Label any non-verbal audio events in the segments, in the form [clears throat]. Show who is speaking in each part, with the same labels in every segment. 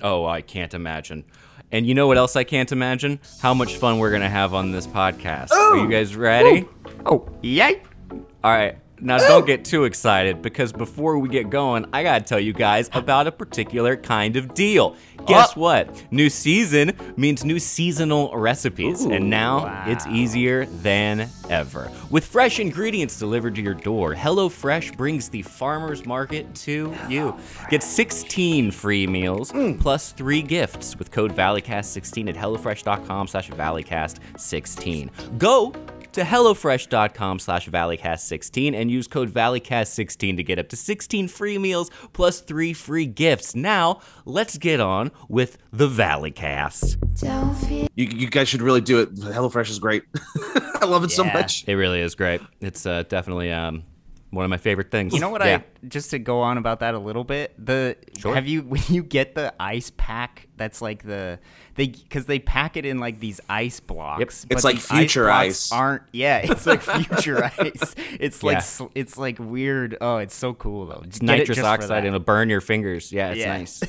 Speaker 1: Oh, I can't imagine. And you know what else I can't imagine? How much fun we're gonna have on this podcast. Are you guys ready?
Speaker 2: Oh, yay!
Speaker 1: All right. Now, don't get too excited because before we get going, I gotta tell you guys about a particular kind of deal. Guess what? New season means new seasonal recipes, and now it's easier than ever. With fresh ingredients delivered to your door, HelloFresh brings the farmer's market to you. Get 16 free meals plus three gifts with code ValleyCast16 at HelloFresh.com slash ValleyCast16. Go to HelloFresh.com slash ValleyCast16 and use code ValleyCast16 to get up to 16 free meals plus three free gifts. Now, let's get on with the ValleyCast.
Speaker 3: Don't feel
Speaker 2: You, you guys should really do it. HelloFresh is great. [laughs] I love it so
Speaker 4: Yeah.
Speaker 2: much.
Speaker 1: It really is great. It's uh, definitely um, one of my favorite things.
Speaker 4: You know what?
Speaker 1: Yeah.
Speaker 4: I just to go on about that a little bit. The
Speaker 1: Sure.
Speaker 4: have you [laughs] when you get the ice pack? That's like the they because they pack it in like these ice blocks.
Speaker 1: It's
Speaker 4: but
Speaker 2: like
Speaker 4: these ice
Speaker 2: future
Speaker 4: blocks
Speaker 2: ice.
Speaker 4: Aren't
Speaker 1: [laughs]
Speaker 4: yeah? It's like future ice. It's
Speaker 1: Yeah.
Speaker 4: like sl- it's like weird. Oh, it's so cool though. Just get it
Speaker 1: nitrous
Speaker 4: just for
Speaker 1: oxide
Speaker 4: that.
Speaker 1: and it'll burn your fingers. Yeah, it's
Speaker 4: Yeah. [laughs]
Speaker 1: nice.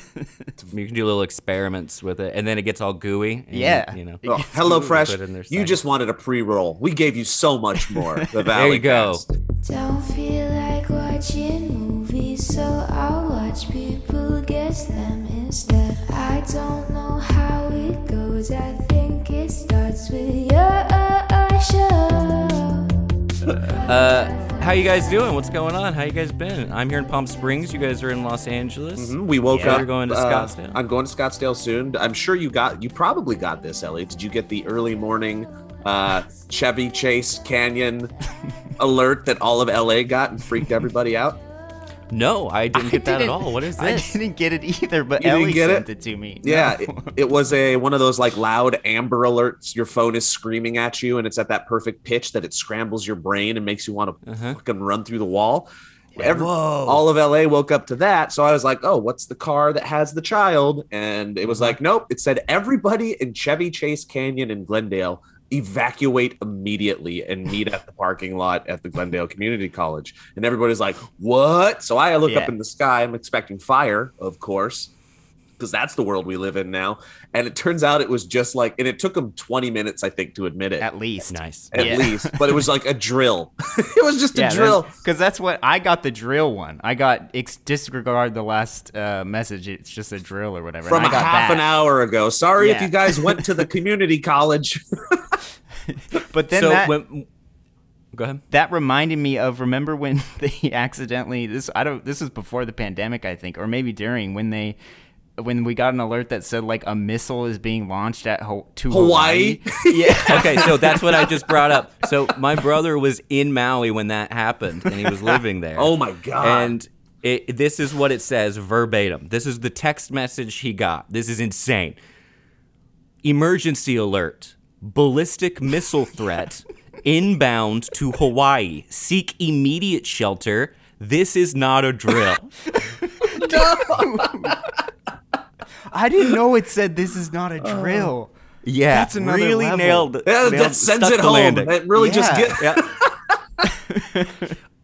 Speaker 1: you can do little experiments with it, and then it gets all gooey. and,
Speaker 4: Yeah.
Speaker 1: you know.
Speaker 2: Oh,
Speaker 1: Put in their
Speaker 2: HelloFresh, you
Speaker 1: salad.
Speaker 2: just wanted a pre-roll. We gave you so much more.
Speaker 1: [laughs]
Speaker 2: The
Speaker 1: There you go.
Speaker 2: Valleycast.
Speaker 3: don't feel like watching movies, so I'll watch people guess them instead. I don't know how it goes. I think it starts with your show.
Speaker 1: Uh, how you guys doing? What's going on? How you guys been? I'm here in Palm Springs. You guys are in Los Angeles.
Speaker 4: Mm-hmm.
Speaker 2: Hmm, We woke
Speaker 1: Yeah.
Speaker 2: up.
Speaker 1: You're going to
Speaker 2: uh,
Speaker 1: Scottsdale.
Speaker 2: I'm going to Scottsdale soon. I'm sure you got. You probably got this, Ellie. Did you get the early morning uh, Chevy Chase
Speaker 1: [laughs]
Speaker 2: Canyon alert that all of LA got and freaked everybody out?
Speaker 1: No, I didn't get that at
Speaker 4: didn't-
Speaker 1: all. What is
Speaker 4: I
Speaker 1: this?
Speaker 4: didn't get it either, but
Speaker 2: You didn't
Speaker 4: Ellie
Speaker 2: get
Speaker 4: sent
Speaker 2: it?
Speaker 4: it? to me.
Speaker 2: Yeah,
Speaker 4: No. [laughs]
Speaker 2: it, it was a one of those like loud amber alerts. Your phone is screaming at you, and it's at that perfect pitch that it scrambles your brain and makes you want to
Speaker 1: Uh-huh.
Speaker 2: fucking run through the wall. Every-
Speaker 1: Whoa.
Speaker 2: all of LA woke up to that, so I was like, "Oh, what's the car that has the child?" And it was
Speaker 4: Uh-huh.
Speaker 2: like, "Nope." It said everybody in Chevy Chase Canyon in Glendale evacuate immediately and meet
Speaker 4: [laughs]
Speaker 2: at the parking lot at the Glendale Community College. And everybody's like, "What?" So I look
Speaker 4: Yeah.
Speaker 2: up in the sky. I'm expecting fire, of course because that's the world we live in now. And it turns out it was just like, and it took them 20 minutes, I think, to admit it at,
Speaker 4: At least.
Speaker 1: nice.
Speaker 4: yeah.
Speaker 2: least, but it was like a drill. [laughs] it was just a drill.
Speaker 4: Because that's what I got the drill one. I got ex- disregard the last uh, message. It's just a drill or whatever.
Speaker 2: From
Speaker 4: and I got
Speaker 2: half
Speaker 4: that.
Speaker 2: an hour ago. Sorry if
Speaker 4: Yeah.
Speaker 2: you guys went to the community college. [laughs]
Speaker 4: But then
Speaker 1: so
Speaker 4: that,
Speaker 1: when, go ahead.
Speaker 4: that reminded me of remember when [laughs] they accidentally this I don't this was before the pandemic I think or maybe during when they when we got an alert that said like a missile is being launched at Ho- to
Speaker 2: Hawaii?
Speaker 4: Hawaii. yeah.
Speaker 1: Okay, so that's what I just brought up. So my brother was in Maui when that happened, and he was living there.
Speaker 2: [laughs] Oh my God.
Speaker 1: And it, this is what it says verbatim. This is the text message he got. This is insane. Emergency alert. Ballistic missile threat inbound to Hawaii. Seek immediate shelter. This is not a
Speaker 2: [laughs]
Speaker 1: drill.
Speaker 4: I didn't know it said this is not a
Speaker 2: Uh,
Speaker 4: drill.
Speaker 1: Yeah,
Speaker 4: That's another
Speaker 1: really
Speaker 4: level.
Speaker 1: nailed. it.
Speaker 2: [laughs] that,
Speaker 1: nailed-
Speaker 2: that sends
Speaker 1: stuck
Speaker 2: it
Speaker 1: the
Speaker 2: home.
Speaker 1: landing.
Speaker 2: That really just
Speaker 4: Yeah.
Speaker 2: gets.
Speaker 1: Yeah.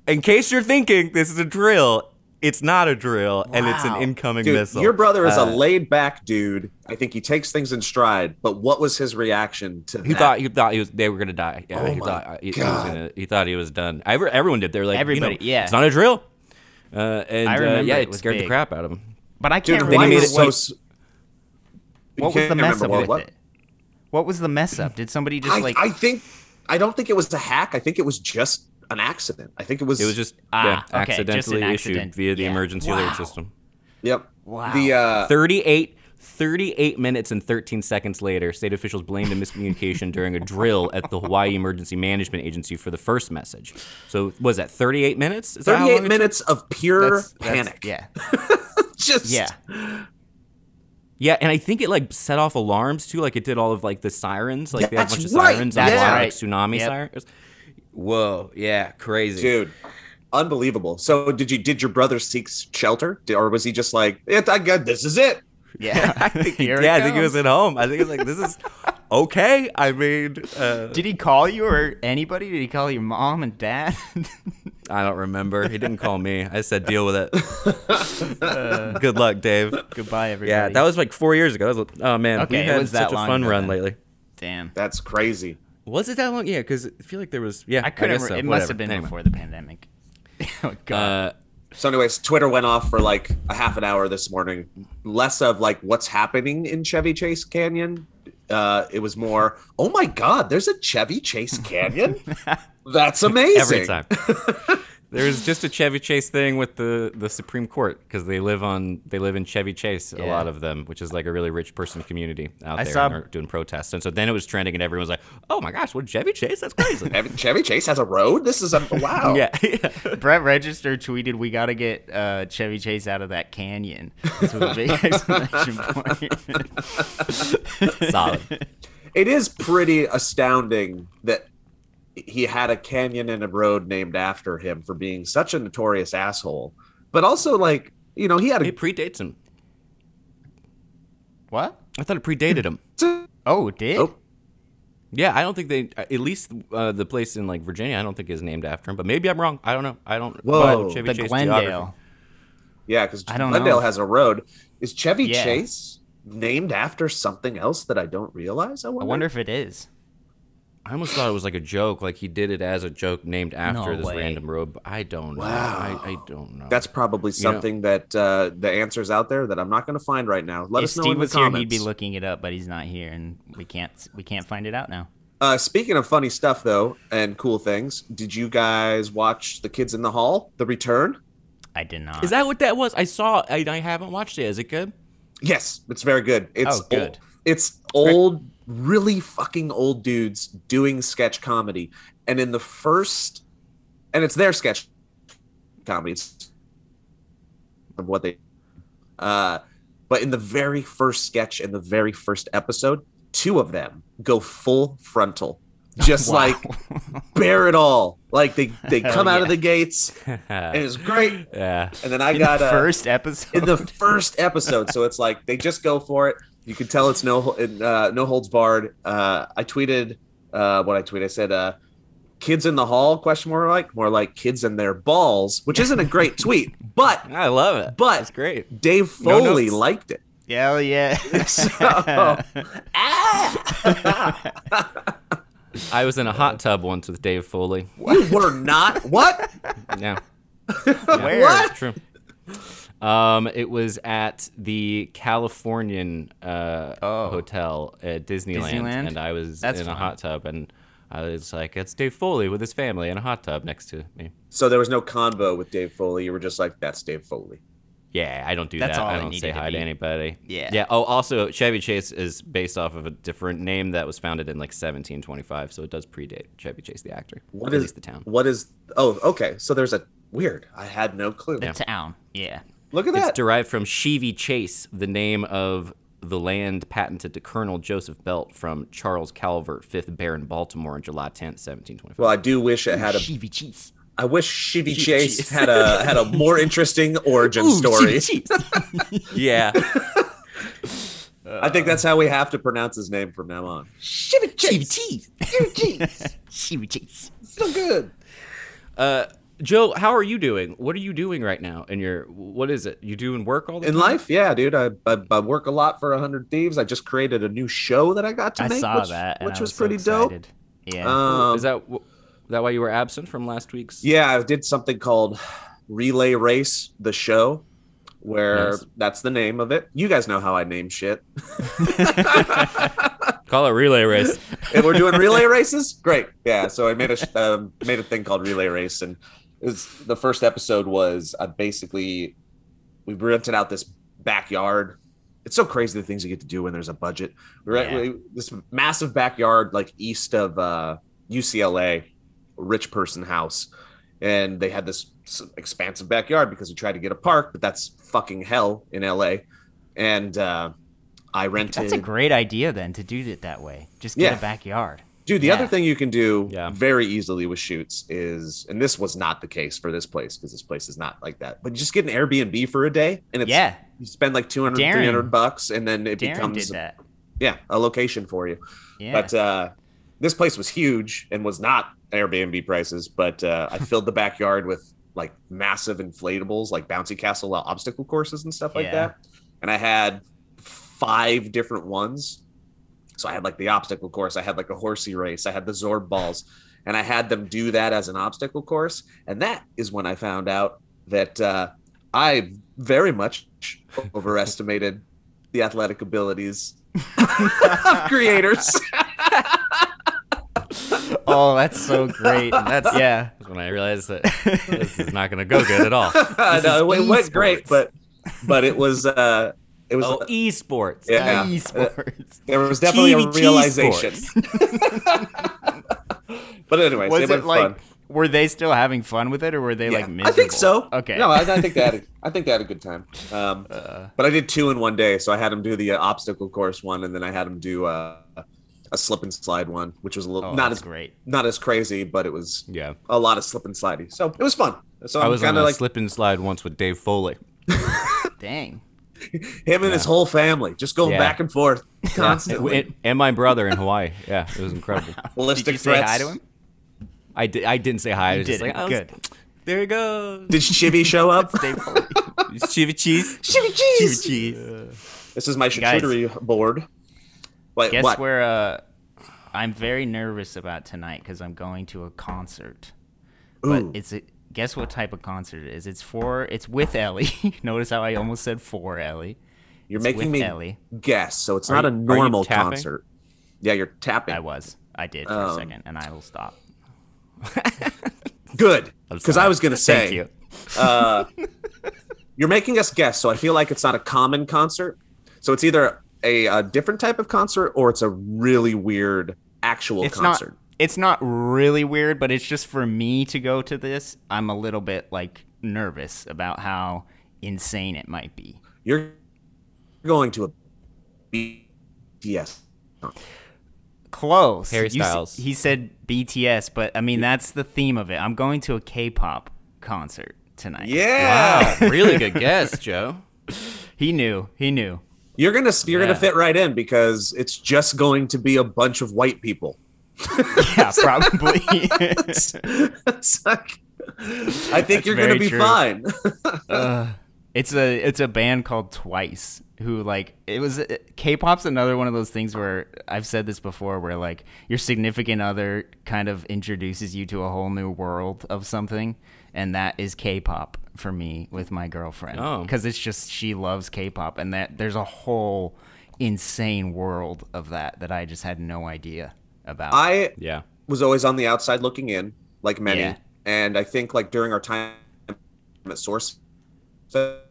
Speaker 1: In case you're thinking this is a drill, it's not a drill, and it's an
Speaker 4: Wow.
Speaker 1: incoming
Speaker 2: [laughs] Dude,
Speaker 1: missile.
Speaker 2: your brother is
Speaker 1: Uh,
Speaker 2: a laid back dude. I think he takes things in stride. But what was his reaction to
Speaker 1: He
Speaker 2: that?
Speaker 1: thought he thought he was they were gonna die. Yeah,
Speaker 2: Oh
Speaker 1: he
Speaker 2: my
Speaker 1: thought uh, he, he was
Speaker 2: God.
Speaker 1: gonna, he thought he was done. Ever, everyone did. They're like you know,
Speaker 4: Everybody, yeah.
Speaker 1: It's not a drill. Uh, and
Speaker 4: I
Speaker 1: uh,
Speaker 4: remember
Speaker 1: yeah,
Speaker 4: it
Speaker 1: it,
Speaker 4: was
Speaker 1: scared the
Speaker 4: big.
Speaker 1: crap out of him.
Speaker 4: But I
Speaker 2: Dude,
Speaker 4: can't
Speaker 2: why
Speaker 1: he
Speaker 4: remember
Speaker 1: made
Speaker 2: is
Speaker 1: it-
Speaker 2: so
Speaker 4: what,
Speaker 2: s- You
Speaker 4: what was
Speaker 2: can't
Speaker 4: the mess
Speaker 2: remember
Speaker 4: up
Speaker 2: what-
Speaker 4: with
Speaker 2: what?
Speaker 4: it. What was the mess up? Did somebody just
Speaker 2: I,
Speaker 4: like
Speaker 2: I think I don't think it was a hack. I think it was just an accident. I think it was
Speaker 1: It was just
Speaker 4: Ah,
Speaker 1: yeah,
Speaker 4: okay, just an
Speaker 1: accidentally issued
Speaker 4: accident.
Speaker 1: via the
Speaker 4: Yeah.
Speaker 1: emergency alert system.
Speaker 2: yep.
Speaker 4: Wow.
Speaker 2: The uh,
Speaker 1: 38, 38 minutes and 13 seconds later, state officials blamed a miscommunication during a drill at the Hawaii Emergency Management Agency for the first message. So, was that 38 minutes? Is that how
Speaker 2: thirty-eight
Speaker 1: long it
Speaker 2: minutes of pure
Speaker 4: that's- that's-
Speaker 2: panic.
Speaker 4: Yeah.
Speaker 2: [laughs] just
Speaker 4: Yeah.
Speaker 1: took? Yeah, and I think it like set off alarms too. Like it did all of like the sirens. Like they had a
Speaker 2: That's
Speaker 1: bunch of
Speaker 2: right,
Speaker 1: sirens
Speaker 2: that's
Speaker 1: on there, like
Speaker 4: right.
Speaker 1: tsunami
Speaker 4: Yep.
Speaker 1: sirens. Whoa, yeah, crazy.
Speaker 2: dude, unbelievable. So did you did your brother seek shelter, Did- or was he just like, it, I got this is it?
Speaker 4: Yeah.
Speaker 1: I think he,
Speaker 4: Here it
Speaker 1: yeah, I think he was
Speaker 4: comes.
Speaker 2: [laughs]
Speaker 1: at home. I think he was like, this is okay. I mean, uh,
Speaker 4: Did he call you or anybody? Did he call your mom and dad? [laughs]
Speaker 1: I don't remember. He didn't call me. I said, deal with it. Good luck, Dave.
Speaker 4: Uh, Goodbye, everybody.
Speaker 1: Yeah, that was like four years ago. That was- oh man,
Speaker 4: Okay,
Speaker 1: we
Speaker 4: it
Speaker 1: had
Speaker 4: was that
Speaker 1: such a
Speaker 4: long
Speaker 1: fun
Speaker 4: ago
Speaker 1: run
Speaker 4: then.
Speaker 1: lately.
Speaker 4: damn.
Speaker 2: That's crazy.
Speaker 1: Was it that long? Yeah, because I feel like there was. Yeah,
Speaker 4: I couldn't.
Speaker 1: guess
Speaker 4: re-
Speaker 1: so.
Speaker 4: It
Speaker 1: Whatever.
Speaker 4: must have been
Speaker 1: Anyway.
Speaker 4: before the pandemic. [laughs] oh god.
Speaker 1: Uh,
Speaker 2: So, anyways, Twitter went off for like a half an hour this morning. Less of like what's happening in Chevy Chase Canyon. Uh, it was more, oh my God, there's a Chevy Chase Canyon.
Speaker 1: [laughs]
Speaker 2: That's amazing.
Speaker 1: every time.
Speaker 4: [laughs]
Speaker 1: there was just a Chevy Chase thing with the the Supreme Court because they live on they live in Chevy Chase a
Speaker 4: Yeah.
Speaker 1: lot of them, which is like a really rich person community out
Speaker 4: I
Speaker 1: there
Speaker 4: saw-
Speaker 1: and they're doing protests. And so then it was trending, and everyone was like, "Oh my gosh, what Chevy Chase? That's
Speaker 4: [laughs]
Speaker 1: crazy."
Speaker 2: Every- Chevy Chase has a road. This is a wow.
Speaker 1: yeah, Uh,
Speaker 4: Brett Register tweeted, "We got to get uh, Chevy Chase out of that canyon." [laughs] This was a big exclamation point.
Speaker 1: [laughs] solid.
Speaker 2: It is pretty astounding that he had a canyon and a road named after him for being such a notorious asshole. But also, like, you know, he had
Speaker 1: It predates him.
Speaker 4: [laughs] what?
Speaker 1: I thought it predated him.
Speaker 2: a.
Speaker 4: Oh, it did
Speaker 2: Oh.
Speaker 1: Yeah, I don't think they. At least uh, the place in like Virginia, I don't think is named after him. But maybe I'm wrong. I don't know. I don't.
Speaker 2: Whoa.
Speaker 1: Chevy
Speaker 4: the
Speaker 1: Chase
Speaker 4: Glendale?
Speaker 1: geography.
Speaker 2: Yeah, because
Speaker 4: I don't
Speaker 2: Glendale
Speaker 4: know.
Speaker 2: has a road. Is Chevy
Speaker 4: Yeah.
Speaker 2: Chase named after something else that I don't realize? I wonder.
Speaker 4: I wonder if it is.
Speaker 1: I almost thought it was like a joke. Like he did it as a joke, named after
Speaker 4: No
Speaker 1: this
Speaker 4: way.
Speaker 1: random road. But I don't know.
Speaker 2: Wow.
Speaker 1: I, I don't know.
Speaker 2: That's probably
Speaker 1: know-
Speaker 2: something that uh, the answer's out there that I'm not going to find right now. Let
Speaker 4: if
Speaker 2: us know
Speaker 4: Steve
Speaker 2: in the
Speaker 4: was
Speaker 2: comments.
Speaker 4: here, he'd be looking it up, but he's not here, and we can't we can't find it out now.
Speaker 2: uh, speaking of funny stuff, though, and cool things, did you guys watch The Kids in the Hall, The Return?
Speaker 4: I did not.
Speaker 1: Is that what that was? I saw. I, I haven't watched it. Is it [laughs] good?
Speaker 2: Yes, it's very good. It's
Speaker 4: Oh, good.
Speaker 2: Old, it's old, really fucking old dudes doing sketch comedy, and in the first, and it's their sketch comedy. It's of what they, uh, but in the very first sketch in the very first episode, two of them go full frontal,
Speaker 4: [laughs]
Speaker 2: just like bare it all. Like they they
Speaker 4: [laughs] Hell
Speaker 2: come out
Speaker 4: yeah.
Speaker 2: of the gates, and it's great.
Speaker 1: yeah.
Speaker 2: And then I
Speaker 4: In
Speaker 2: got
Speaker 4: the
Speaker 2: uh,
Speaker 4: first episode?
Speaker 2: in the first episode. So it's like they just go for it. You can tell it's no uh, no holds barred. Uh, I tweeted uh, what I tweeted. I said, uh, "Kids in the hall?" Question more like more like kids in their balls, which isn't
Speaker 1: [laughs]
Speaker 2: a great tweet, but
Speaker 1: I love it.
Speaker 2: But-
Speaker 1: it's great.
Speaker 2: Dave
Speaker 1: No
Speaker 2: Foley
Speaker 1: notes. [laughs]
Speaker 2: liked it.
Speaker 4: Hell
Speaker 2: [laughs]
Speaker 4: yeah!
Speaker 2: So, ah!
Speaker 1: I was in a hot tub once with Dave Foley.
Speaker 2: you were not what? [laughs]
Speaker 1: Yeah.
Speaker 4: Where?
Speaker 1: It's true. Um, it was at the Californian uh,
Speaker 4: Oh.
Speaker 1: hotel at Disneyland,
Speaker 4: Disneyland?
Speaker 1: and I was
Speaker 4: That's
Speaker 1: in a
Speaker 4: fun.
Speaker 1: hot tub, and I was like, "It's Dave Foley with his family in a hot tub next to me."
Speaker 2: So there was no convo with Dave Foley. You were just like, "That's Dave Foley."
Speaker 1: Yeah, I don't do
Speaker 4: That's
Speaker 1: that.
Speaker 4: all
Speaker 1: I
Speaker 4: it
Speaker 1: don't
Speaker 4: needed
Speaker 1: say
Speaker 4: to
Speaker 1: hi to
Speaker 4: be.
Speaker 1: anybody.
Speaker 4: Yeah.
Speaker 1: Yeah. Oh, also Chevy Chase is based off of a different name that was founded in like 1725, so it does predate Chevy Chase the actor.
Speaker 2: What
Speaker 1: at
Speaker 2: is
Speaker 1: least the town?
Speaker 2: What is? Oh, okay. So there's a weird. I had no clue.
Speaker 4: the town. Yeah.
Speaker 2: Look at
Speaker 1: It's
Speaker 2: that.
Speaker 1: derived from Chevy Chase, the name of the land patented to Colonel Joseph Belt from Charles Calvert, 5th Baron Baltimore on July 10th, 1725.
Speaker 2: Well, I do wish it had a.
Speaker 4: Chevy cheese.
Speaker 2: I wish Chevy
Speaker 1: Chevy
Speaker 2: Chase
Speaker 1: Chase.
Speaker 2: had a had a more interesting origin [laughs] story.
Speaker 1: yeah.
Speaker 2: I think that's how we have to pronounce his name from now on. Chevy Chase.
Speaker 4: cheese.
Speaker 2: Chevy [laughs] Chase.
Speaker 4: Chevy cheese.
Speaker 2: So good.
Speaker 1: [laughs] Joe, how are you doing? What are you doing right now? And your what is it? You doing work all the
Speaker 2: In
Speaker 1: time?
Speaker 2: life, yeah, dude. I, I, I work a lot for hundred Thieves. I just created a new show that I got to
Speaker 4: I
Speaker 2: make,
Speaker 4: saw
Speaker 2: which,
Speaker 4: that, and
Speaker 2: which
Speaker 4: I
Speaker 2: was,
Speaker 4: so
Speaker 2: pretty dope.
Speaker 4: excited. Yeah.
Speaker 2: Um,
Speaker 1: is that wh- that why you were absent from last week's?
Speaker 2: Yeah, I did something called Relay Race, the show, where
Speaker 1: Nice.
Speaker 2: that's the name of it. You guys know how I name shit.
Speaker 1: Call it relay race.
Speaker 2: [laughs] if we're doing relay races, great. Yeah. So I made a sh- um, made a thing called Relay Race, and it was, the first episode was I basically we rented out this backyard. It's so crazy the things you get to do when there's a budget. We're at
Speaker 4: Yeah.
Speaker 2: this massive backyard, like east of uh, UCLA, rich person house, and they had this s- expansive backyard because we tried to get a park, but that's fucking hell in LA. And uh, I rented.
Speaker 4: That's a great idea then to do it that way. Just get
Speaker 2: Yeah.
Speaker 4: a backyard.
Speaker 2: Dude, the
Speaker 4: Yeah.
Speaker 2: other thing you can do
Speaker 1: Yeah.
Speaker 2: very easily with shoots is, and this was not the case for this place because this place is not like that, but just get an Airbnb for a day and it's,
Speaker 4: Yeah.
Speaker 2: you spend like 200,
Speaker 4: Darren-
Speaker 2: 300 bucks and then it
Speaker 4: Darren
Speaker 2: becomes
Speaker 4: did that.
Speaker 2: yeah, a location for you.
Speaker 4: Yeah.
Speaker 2: But uh, this place was huge and was not Airbnb prices. But uh,
Speaker 4: [laughs]
Speaker 2: I filled the backyard with like massive inflatables, like bouncy castle uh, obstacle courses and stuff like
Speaker 4: Yeah.
Speaker 2: that. And I had five different ones. So I had like the obstacle course, I had like a horsey race, I had the Zorb balls, and I had them do that as an obstacle course. And that is when I found out that uh, I
Speaker 4: [laughs]
Speaker 2: very much overestimated the
Speaker 4: [laughs]
Speaker 2: athletic abilities of creators.
Speaker 4: [laughs] oh, that's so great. That's yeah.
Speaker 1: That's when I realized that
Speaker 4: [laughs]
Speaker 1: this is not going to go good at [laughs] all.
Speaker 2: no, it went
Speaker 4: esports.
Speaker 2: great, but but it was uh, it was
Speaker 1: Oh, esports.
Speaker 2: Yeah.
Speaker 4: Esports.
Speaker 2: there was definitely a
Speaker 1: TVT
Speaker 2: realization. [laughs] but anyways,
Speaker 4: was it
Speaker 2: it, went
Speaker 4: like
Speaker 2: fun.
Speaker 4: were they still having fun with it or were they
Speaker 2: Yeah.
Speaker 4: like miserable?
Speaker 2: I think so.
Speaker 4: Okay.
Speaker 2: No, I, I think they had a, I think they had a
Speaker 4: [laughs]
Speaker 2: good time. Um,
Speaker 4: Uh,
Speaker 2: but I did two in one day, so I had him do the uh, obstacle course one, and then I had him do uh, a slip and slide one, which was a little
Speaker 4: oh,
Speaker 2: not
Speaker 4: that's
Speaker 2: as
Speaker 4: great.
Speaker 2: not as crazy, but it was
Speaker 1: Yeah.
Speaker 2: a lot of slip and slidey. So it was fun. So
Speaker 1: I
Speaker 2: I'm
Speaker 1: was on
Speaker 2: kind
Speaker 1: a
Speaker 2: of like
Speaker 1: slip and slide once with Dave Foley.
Speaker 4: Dang.
Speaker 2: him and his whole family, just going
Speaker 1: Yeah.
Speaker 2: back and
Speaker 4: [laughs]
Speaker 2: forth
Speaker 1: And,
Speaker 2: constantly.
Speaker 1: and my brother in Hawaii. Yeah, it was [laughs] incredible.
Speaker 2: Ballistic
Speaker 4: Did you say
Speaker 2: threats.
Speaker 4: hi to him?
Speaker 1: I, di- I didn't say hi. I was just
Speaker 4: didn't.
Speaker 1: like, "Oh, I was-
Speaker 2: [laughs]
Speaker 4: Good.
Speaker 1: There you go.
Speaker 2: Did Shivy show
Speaker 4: [laughs]
Speaker 2: up?
Speaker 4: Stay polite.
Speaker 1: Chivy cheese.
Speaker 2: Shivy cheese.
Speaker 1: cheese.
Speaker 2: This is my
Speaker 4: Guys.
Speaker 2: charcuterie board. Wait,
Speaker 4: Guess
Speaker 2: what?
Speaker 4: where uh I'm very nervous about tonight cuz I'm going to a concert. But
Speaker 2: Ooh.
Speaker 4: it's a, guess what type of concert it is? It's for it's with Ellie. [laughs] Notice how I almost said for Ellie.
Speaker 2: You're
Speaker 4: It's
Speaker 2: making
Speaker 4: with
Speaker 2: me
Speaker 4: Ellie.
Speaker 2: guess, so it's
Speaker 1: Are
Speaker 2: not a
Speaker 1: you- are you
Speaker 2: normal
Speaker 1: tapping?
Speaker 2: concert. Yeah, you're tapping.
Speaker 4: I was. I did for a
Speaker 2: Um,
Speaker 4: second and I will stop.
Speaker 2: Good, because I was gonna say
Speaker 4: Thank you.
Speaker 2: uh, you're making us guess, so I feel like it's not a common concert. So it's either a, a different type of concert or it's a really weird actual
Speaker 4: It's
Speaker 2: concert.
Speaker 4: not it's not really weird, but it's just for me to go to this, I'm a little bit like nervous about how insane it might be.
Speaker 2: You're going to a BTS.
Speaker 4: Close.
Speaker 1: Harry
Speaker 4: You s-
Speaker 1: Styles.
Speaker 4: he said BTS, but I mean that's the theme of it. I'm going to a K-pop concert
Speaker 1: [laughs] Wow.
Speaker 4: tonight.
Speaker 2: Yeah,
Speaker 1: really good guess, Joe.
Speaker 4: He knew. He knew.
Speaker 2: you're gonna you're
Speaker 1: Yeah.
Speaker 2: gonna fit right in because it's just going to be a bunch of white people. [laughs]
Speaker 4: Yeah, probably. [laughs]
Speaker 2: It's like- I think
Speaker 4: That's
Speaker 2: you're gonna
Speaker 4: very
Speaker 2: be
Speaker 4: true.
Speaker 2: fine. [laughs]
Speaker 4: it's a it's a band called Twice who like it was it- K-pop's another one of those things where I've said this before where like your significant other kind of introduces you to a whole new world of something and that is K-pop for me with my girlfriend
Speaker 1: Oh.
Speaker 4: cuz it's just she loves K-pop and that there's a whole insane world of that that I just had no idea about.
Speaker 2: I
Speaker 1: Yeah.
Speaker 2: was always on the outside looking in, like many.
Speaker 4: Yeah.
Speaker 2: And I think like during our time at Source, kind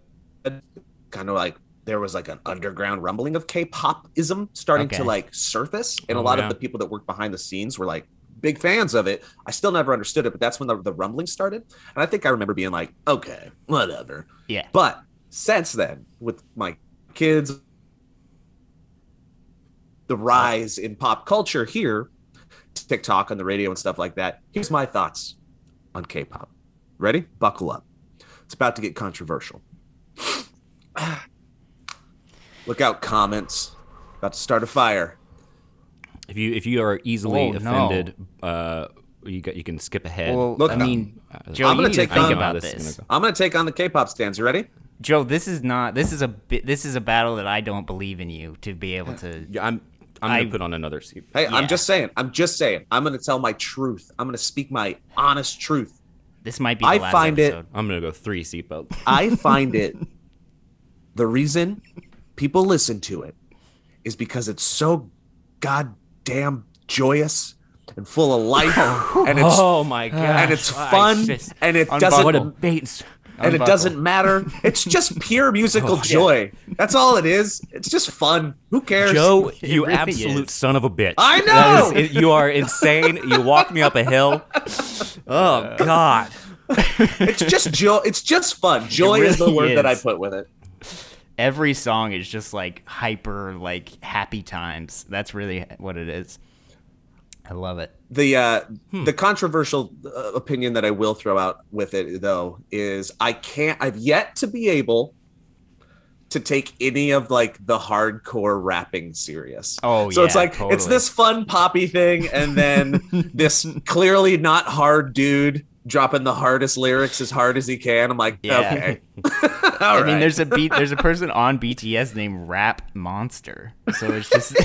Speaker 2: of like there was like an underground rumbling of K-popism starting to
Speaker 4: Okay.
Speaker 2: like surface, and
Speaker 1: Oh,
Speaker 2: a lot
Speaker 1: yeah.
Speaker 2: of the people that worked behind the scenes were like big fans of it. I still never understood it, but that's when the, the rumbling started. And I think I remember being like, okay, whatever.
Speaker 4: yeah.
Speaker 2: But since then, with my kids, the rise in pop culture here, TikTok on the radio and stuff like that. Here's my thoughts on K-pop. Ready? Buckle up. It's about to get controversial. [sighs] Look out, comments. About to start a fire.
Speaker 1: If you if you are easily
Speaker 4: Oh, no.
Speaker 1: offended, uh, you got you can skip ahead.
Speaker 4: Well,
Speaker 2: Look,
Speaker 4: I mean,
Speaker 1: Uh,
Speaker 4: Joe,
Speaker 2: I'm
Speaker 4: you
Speaker 2: gonna
Speaker 4: need
Speaker 2: take
Speaker 4: to think
Speaker 2: on-
Speaker 4: about
Speaker 1: This is
Speaker 4: this.
Speaker 1: gonna go-
Speaker 2: I'm gonna take on the K-pop stance. You ready?
Speaker 4: Joe, this is not. This is a. bi- This is a battle that I don't believe in you to be able to.
Speaker 1: Yeah, I'm I'm gonna
Speaker 4: I-
Speaker 1: put on another seat.
Speaker 2: Hey,
Speaker 4: Yeah.
Speaker 2: I'm just saying. I'm just saying. I'm gonna tell my truth. I'm gonna speak my honest truth.
Speaker 4: This might be. The
Speaker 2: I
Speaker 4: last
Speaker 2: find it-
Speaker 4: episode.
Speaker 1: I'm gonna go three seatbelt.
Speaker 2: I find it the reason people listen to it is because it's so goddamn joyous and full of life and it's
Speaker 1: Oh my [laughs] god!
Speaker 2: and it's fun and it
Speaker 1: What a
Speaker 2: doesn't
Speaker 1: bait!
Speaker 2: and it
Speaker 4: Unbuckle.
Speaker 2: doesn't matter. It's just pure musical joy. That's all it is. It's just fun. Who cares?
Speaker 1: Joe, [laughs] you
Speaker 4: really
Speaker 1: absolute
Speaker 4: is.
Speaker 1: son of a bitch!
Speaker 2: I
Speaker 1: That is-
Speaker 2: know!
Speaker 1: it- you are insane. You walked me up a hill. Oh god!
Speaker 2: It's just joy. It's just fun. Joy is the
Speaker 4: really
Speaker 2: word that I
Speaker 4: is.
Speaker 2: put with it.
Speaker 4: Every song is just like hyper, like happy times. That's really what it is. I love it.
Speaker 2: the uh,
Speaker 4: Hmm.
Speaker 2: the controversial uh, opinion that I will throw out with it though is I can't I've yet to be able to take any of like the hardcore rapping serious.
Speaker 4: Oh,
Speaker 2: so it's
Speaker 4: yeah,
Speaker 2: like it's
Speaker 4: totally.
Speaker 2: this fun poppy thing, and
Speaker 4: [laughs]
Speaker 2: then this clearly not hard dude dropping the hardest lyrics as hard as he can. I'm like,
Speaker 4: Yeah. [laughs]
Speaker 2: okay, [laughs] all
Speaker 4: I
Speaker 2: right.
Speaker 4: mean, there's a beat. There's a
Speaker 2: [laughs]
Speaker 4: person on BTS named Rap Monster. So it's
Speaker 2: [laughs]
Speaker 4: just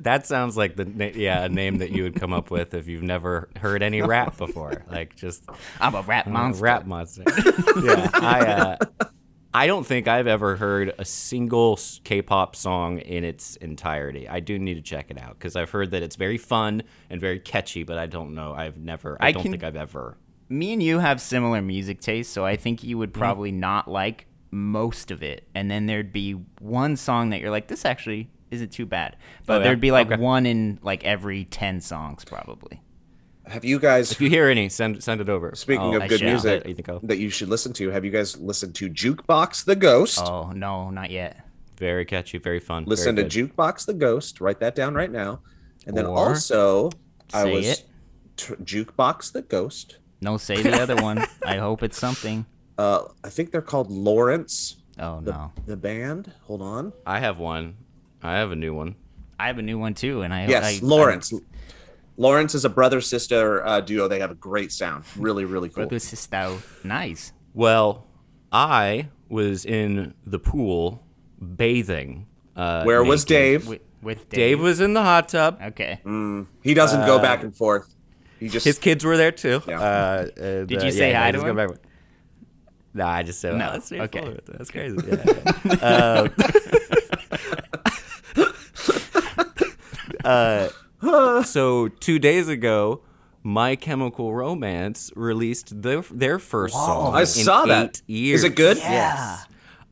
Speaker 1: That sounds like the na- yeah a name that you would come up with if you've never heard any rap before. Like just
Speaker 4: I'm a rap
Speaker 1: uh,
Speaker 4: monster.
Speaker 1: rap
Speaker 2: [laughs]
Speaker 1: monster. yeah, I uh, I don't think I've ever heard a single s- K-pop song in its entirety. I do need to check it out because I've heard that it's very fun and very catchy, but I don't know. I've never. I,
Speaker 4: I
Speaker 1: don't
Speaker 4: can-
Speaker 1: think I've ever.
Speaker 4: Me and you have similar music tastes, so I think you
Speaker 1: Mm-hmm.
Speaker 4: would probably not like most of it. And then there'd be one song that you're like, this actually isn't too bad. But
Speaker 1: Oh, yeah?
Speaker 4: there'd be like
Speaker 1: Okay.
Speaker 4: one in like every ten songs probably.
Speaker 2: have you guys?
Speaker 1: If you hear any, send send it over.
Speaker 2: Speaking
Speaker 1: I'll-
Speaker 2: of
Speaker 4: Oh, I
Speaker 2: good
Speaker 4: shall.
Speaker 2: music
Speaker 1: You think I'll-
Speaker 2: that you should listen to, have you guys listened to Jukebox the Ghost?
Speaker 4: Oh no, not yet.
Speaker 1: very catchy, very fun. very
Speaker 2: listen to
Speaker 1: good.
Speaker 2: Jukebox the Ghost. Write that down right now. And then
Speaker 4: Or
Speaker 2: also, I
Speaker 4: say
Speaker 2: was
Speaker 4: it.
Speaker 2: t- Jukebox the Ghost.
Speaker 4: No, say the other one. I hope it's something.
Speaker 2: Uh, I think they're called Lawrence,
Speaker 4: Oh
Speaker 2: the,
Speaker 4: no,
Speaker 2: the band. Hold on.
Speaker 1: I have one. I have a new one.
Speaker 4: I have a new one too, and I
Speaker 2: Yes,
Speaker 4: I,
Speaker 2: Lawrence. Lawrence is a brother sister uh, duo. They have a great sound. Really, really cool.
Speaker 4: Brother sister, nice.
Speaker 1: Well, I was in the pool bathing. Uh,
Speaker 2: Where was
Speaker 1: naked.
Speaker 2: Dave?
Speaker 4: With, with
Speaker 1: Dave
Speaker 4: Dave.
Speaker 1: was in the hot tub.
Speaker 4: Okay.
Speaker 2: Mm, He doesn't go back and forth. He just
Speaker 1: His kids were there too.
Speaker 2: Yeah.
Speaker 1: Uh, and,
Speaker 4: Did
Speaker 1: uh,
Speaker 4: you say
Speaker 1: yeah,
Speaker 4: hi
Speaker 1: I
Speaker 4: to
Speaker 1: just go
Speaker 4: him?
Speaker 1: back- Nah, I just said
Speaker 4: No,
Speaker 1: "Oh, that's
Speaker 4: okay.
Speaker 1: straightforward. That's crazy. Yeah,
Speaker 4: [laughs]
Speaker 1: yeah. Uh, [laughs] uh, so two days ago, My Chemical Romance released their their first song.
Speaker 2: I
Speaker 1: in
Speaker 2: saw that.
Speaker 1: eight Years.
Speaker 2: Is it good?
Speaker 1: Yes.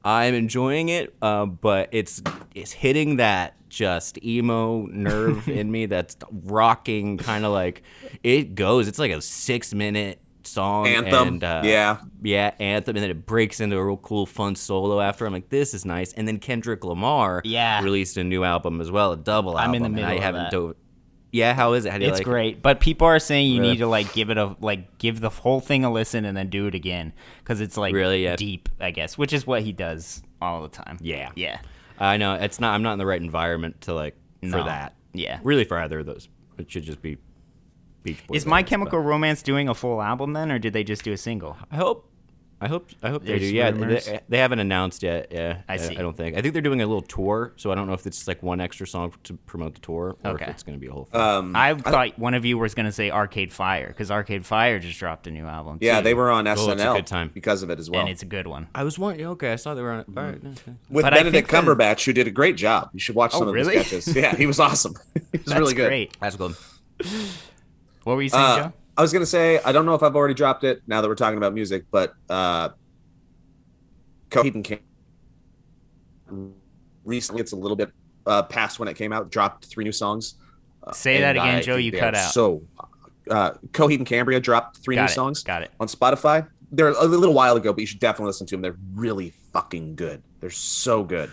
Speaker 1: I'm enjoying it, uh, but it's it's hitting that just emo
Speaker 4: [laughs]
Speaker 1: nerve in me that's rocking, kind of like it goes. It's like a six minute song
Speaker 2: anthem.
Speaker 1: and, uh,
Speaker 2: yeah.
Speaker 1: yeah, anthem, and then it breaks into a real cool, fun solo after. I'm like, this is nice. And then Kendrick Lamar,
Speaker 4: Yeah.
Speaker 1: released a new album as well, a double
Speaker 4: I'm
Speaker 1: album.
Speaker 4: in the
Speaker 1: and
Speaker 4: middle
Speaker 1: I
Speaker 4: of
Speaker 1: haven't
Speaker 4: that.
Speaker 1: dove- Yeah, how is it? How do you
Speaker 4: It's
Speaker 1: like it?
Speaker 4: great, but people are saying you
Speaker 1: Really?
Speaker 4: need to like give it a like give the whole thing a listen and then do it again because it's like
Speaker 1: Really, yeah.
Speaker 4: deep, I guess, which is what he does all the time.
Speaker 1: Yeah.
Speaker 4: yeah,
Speaker 1: I know it's not. I'm not in the right environment to like for
Speaker 4: No.
Speaker 1: that.
Speaker 4: yeah.
Speaker 1: Really, for either of those, it should just be Beach Boys.
Speaker 4: Is My
Speaker 1: albums, but-
Speaker 4: Chemical Romance doing a full album then, or did they just do a single?
Speaker 2: Mm,
Speaker 1: I hope. I hope. I hope they
Speaker 4: There's
Speaker 1: do. Yeah,
Speaker 4: rumors.
Speaker 1: they, they haven't announced yet. Yeah,
Speaker 4: I see.
Speaker 1: I don't think. I think they're doing a little tour, so I don't know if it's like one extra song to promote the tour, or if
Speaker 4: Okay.
Speaker 1: it's going to be a whole thing.
Speaker 2: Um,
Speaker 4: I thought one of you was gonna say Arcade Fire because Arcade Fire just dropped a new album.
Speaker 2: yeah,
Speaker 4: too,
Speaker 2: they were on
Speaker 1: Oh, it's a
Speaker 2: SNL
Speaker 1: good time.
Speaker 2: because of it as well.
Speaker 4: and it's a good one.
Speaker 1: I was wondering. Okay, I saw they were on it. All right. okay.
Speaker 2: With
Speaker 4: but I
Speaker 2: Benedict
Speaker 4: think that- Oh,
Speaker 2: Cumberbatch, who did a great job. You should watch some of
Speaker 4: really?
Speaker 2: his sketches. Yeah, he
Speaker 4: [laughs]
Speaker 2: was awesome. he was
Speaker 4: That's
Speaker 2: really good.
Speaker 4: Great.
Speaker 1: That's good.
Speaker 4: What were you saying,
Speaker 2: Uh,
Speaker 4: Joe?
Speaker 2: I was gonna say I don't know if I've already dropped it now that we're talking about music, but uh, Coheed and Cambria recently it's a little bit uh, past when it came out. Dropped three new songs. Uh,
Speaker 4: Say that
Speaker 2: and
Speaker 4: again,
Speaker 2: I
Speaker 4: Joe,
Speaker 2: think
Speaker 4: you
Speaker 2: they
Speaker 4: cut
Speaker 2: are
Speaker 4: out.
Speaker 2: So, uh, Coheed and Cambria dropped three
Speaker 4: Got
Speaker 2: new
Speaker 4: it.
Speaker 2: songs
Speaker 4: Got it.
Speaker 2: on Spotify. They're a little while ago, but you should definitely listen to them. They're really fucking good. They're so good.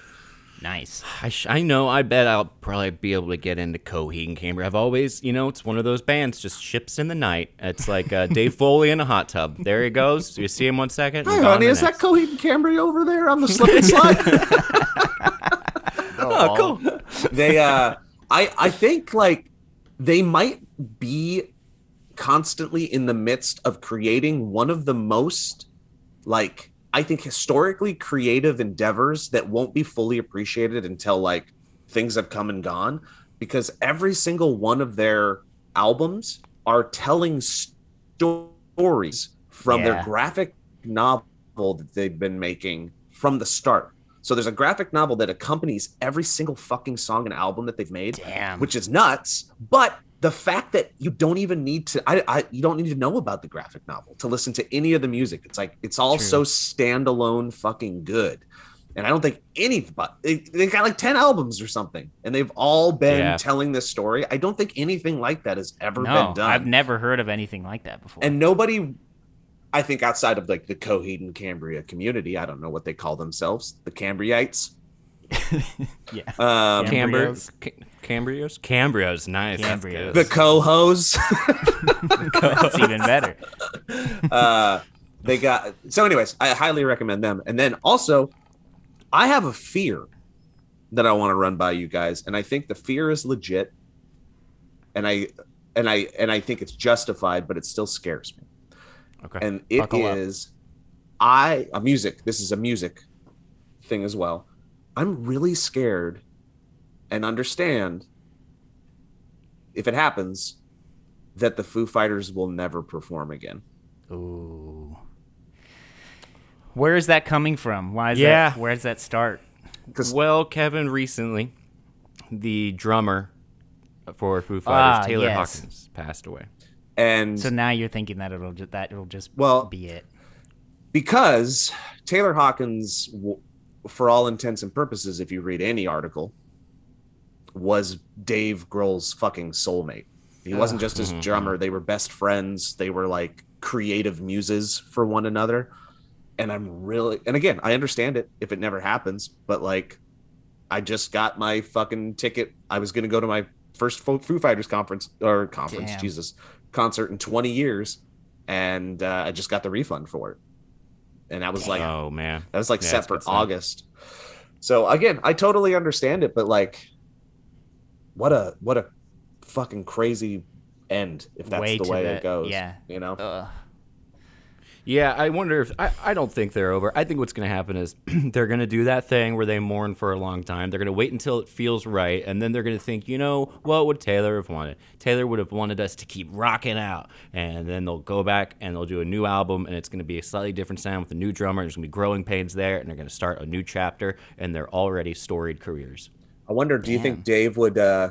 Speaker 4: Nice.
Speaker 1: I, sh- I know. I bet I'll probably be able to get into Coheed and Cambria. I've always, you know, it's one of those bands just ships in the night. It's like uh,
Speaker 4: [laughs]
Speaker 1: Dave Foley in a hot tub. There he goes. You see him one second.
Speaker 2: Hi, honey, is that Coheed and Cambria over there on the
Speaker 1: [laughs]
Speaker 2: slip and slide?
Speaker 1: Oh, cool.
Speaker 2: they uh i i think like they might be constantly in the midst of creating one of the most like i think historically creative endeavors that won't be fully appreciated until like things have come and gone because every single one of their albums are telling stories from their
Speaker 4: Yeah.
Speaker 2: graphic novel that they've been making from the start so there's a graphic novel that accompanies every single fucking song and album that they've made,
Speaker 4: Damn.
Speaker 2: which is nuts. But the fact that you don't even need to, I, I, you don't need to know about the graphic novel to listen to any of the music. It's like it's all
Speaker 4: True.
Speaker 2: so standalone, fucking good. And I don't think any, but they, they got like ten albums or something, and they've all been
Speaker 1: Yeah.
Speaker 2: telling this story. I don't think anything like that has ever
Speaker 4: no,
Speaker 2: been done
Speaker 4: I've never heard of anything like that before. [laughs]
Speaker 2: and [laughs] nobody i think outside of like the coheed and cambria community i don't know what they call themselves the cambriaites
Speaker 4: Yeah.
Speaker 2: um,
Speaker 4: Cam-
Speaker 1: Camber-
Speaker 4: Cambrios.
Speaker 1: C- Cambrios. Cambrios. Nice. that's
Speaker 4: Cambrios.
Speaker 1: good.
Speaker 2: the cohos
Speaker 4: That's even better.
Speaker 2: uh They got so. Anyways, I highly recommend them. And then also, I have a fear that I want to run by you guys, and I think the fear is legit. And I and I and I think it's justified, but it still scares me.
Speaker 1: Okay.
Speaker 2: And it is,
Speaker 4: Buckle up.
Speaker 2: I a music. This is a music thing as well. I'm really scared, and understand if it happens that the Foo Fighters will never perform again.
Speaker 4: Ooh. Where is that coming from? Why is
Speaker 1: Yeah.
Speaker 4: that? Where does that start?
Speaker 2: Because
Speaker 1: Well, Kevin, recently, the drummer for Foo
Speaker 4: Ah,
Speaker 1: Fighters, Taylor
Speaker 4: yes.
Speaker 1: Hawkins, passed away.
Speaker 2: and
Speaker 4: So now you're thinking that it'll just that it'll just
Speaker 2: Well-
Speaker 4: be it.
Speaker 2: because Taylor Hawkins, w- for all intents and purposes, if you read any article, was Dave Grohl's fucking soulmate. He wasn't just his drummer. They were best friends. They were like creative muses for one another. And I'm really, and again, I understand it if it never happens, but like, I just got my fucking ticket. I was going to go to my first Foo Foo Fighters conference or conference,
Speaker 4: Damn.
Speaker 2: Jesus, concert in 20 years. And uh, I just got the refund for it. And that was like,
Speaker 1: oh man,
Speaker 2: that was like
Speaker 1: Yeah,
Speaker 2: set
Speaker 1: that's
Speaker 2: for
Speaker 1: good stuff.
Speaker 2: August. So again, I totally understand it, but like, what a what a fucking crazy end if that's
Speaker 4: Way
Speaker 2: the
Speaker 4: to
Speaker 2: way
Speaker 4: the-
Speaker 2: it goes.
Speaker 4: yeah.
Speaker 2: you know.
Speaker 4: Ugh.
Speaker 1: Yeah, I wonder if I, I don't think they're over. I think what's going to happen is [clears throat] they're going to do that thing where they mourn for a long time. They're going to wait until it feels right, and then they're going to think, you know, what would Taylor have wanted? Taylor would have wanted us to keep rocking out, and then they'll go back and they'll do a new album, and it's going to be a slightly different sound with a new drummer. And there's going to be growing pains there, and they're going to start a new chapter in their already storied careers.
Speaker 2: I wonder. Do you think Dave would? uh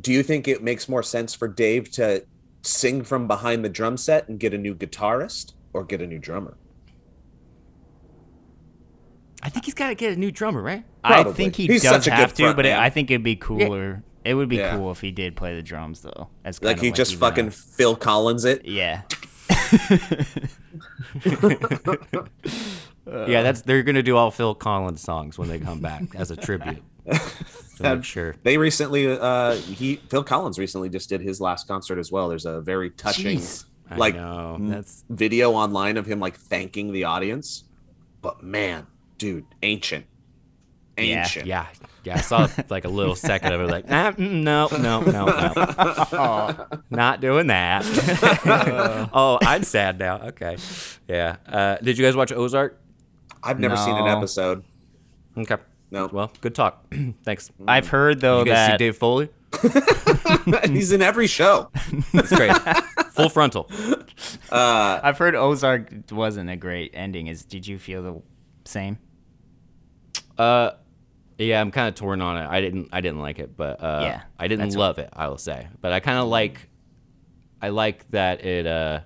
Speaker 2: Do you think it makes more sense for Dave to sing from behind the drum set and get a new guitarist or get a new drummer?
Speaker 1: I think he's got to get a new drummer, right?
Speaker 4: I
Speaker 2: Probably.
Speaker 4: think he
Speaker 2: He's
Speaker 4: does
Speaker 2: such a good
Speaker 4: have to,
Speaker 2: front
Speaker 4: but it,
Speaker 2: man.
Speaker 4: I think it'd be cooler. It would be
Speaker 2: Yeah.
Speaker 4: cool if he did play the drums though. As
Speaker 2: Like
Speaker 4: kinda
Speaker 2: he just
Speaker 4: you know,
Speaker 2: fucking Phil Collins it. [laughs]
Speaker 4: yeah.
Speaker 1: Uh, yeah, that's they're going to do all Phil Collins songs when they come back as a [laughs] tribute. So make sure.
Speaker 2: They recently, uh, he Phil Collins recently just did his last concert as well. There's a very touching,
Speaker 4: Jeez.
Speaker 1: I
Speaker 2: like
Speaker 1: know.
Speaker 2: m-
Speaker 1: That's-
Speaker 2: video online of him like thanking the audience. But man, dude, ancient,
Speaker 4: Yeah,
Speaker 2: ancient.
Speaker 1: Yeah, yeah. I saw like a little second of it, like, nah, mm, no, no, no, no,
Speaker 4: Oh,
Speaker 1: [laughs] not doing [laughs] that. oh, I'm sad now. Okay, yeah. Uh, did you guys watch Ozark?
Speaker 2: I've never seen an
Speaker 4: No.
Speaker 2: episode.
Speaker 1: Okay.
Speaker 2: No.
Speaker 1: Well, good talk. [clears throat] Thanks. Did
Speaker 4: I've heard though
Speaker 1: you guys see
Speaker 4: that
Speaker 1: Dave Foley?
Speaker 2: [laughs] He's in
Speaker 1: [laughs]
Speaker 2: every show.
Speaker 1: It's great. Full frontal.
Speaker 2: Uh,
Speaker 4: I've heard Ozark wasn't a great ending. Is did you feel the same?
Speaker 1: Uh, yeah, I'm kind of torn on it. I didn't, I didn't like it, but uh,
Speaker 4: Yeah,
Speaker 1: I didn't
Speaker 4: that's-
Speaker 1: love it. I will say, but I kind of like, I like that it uh,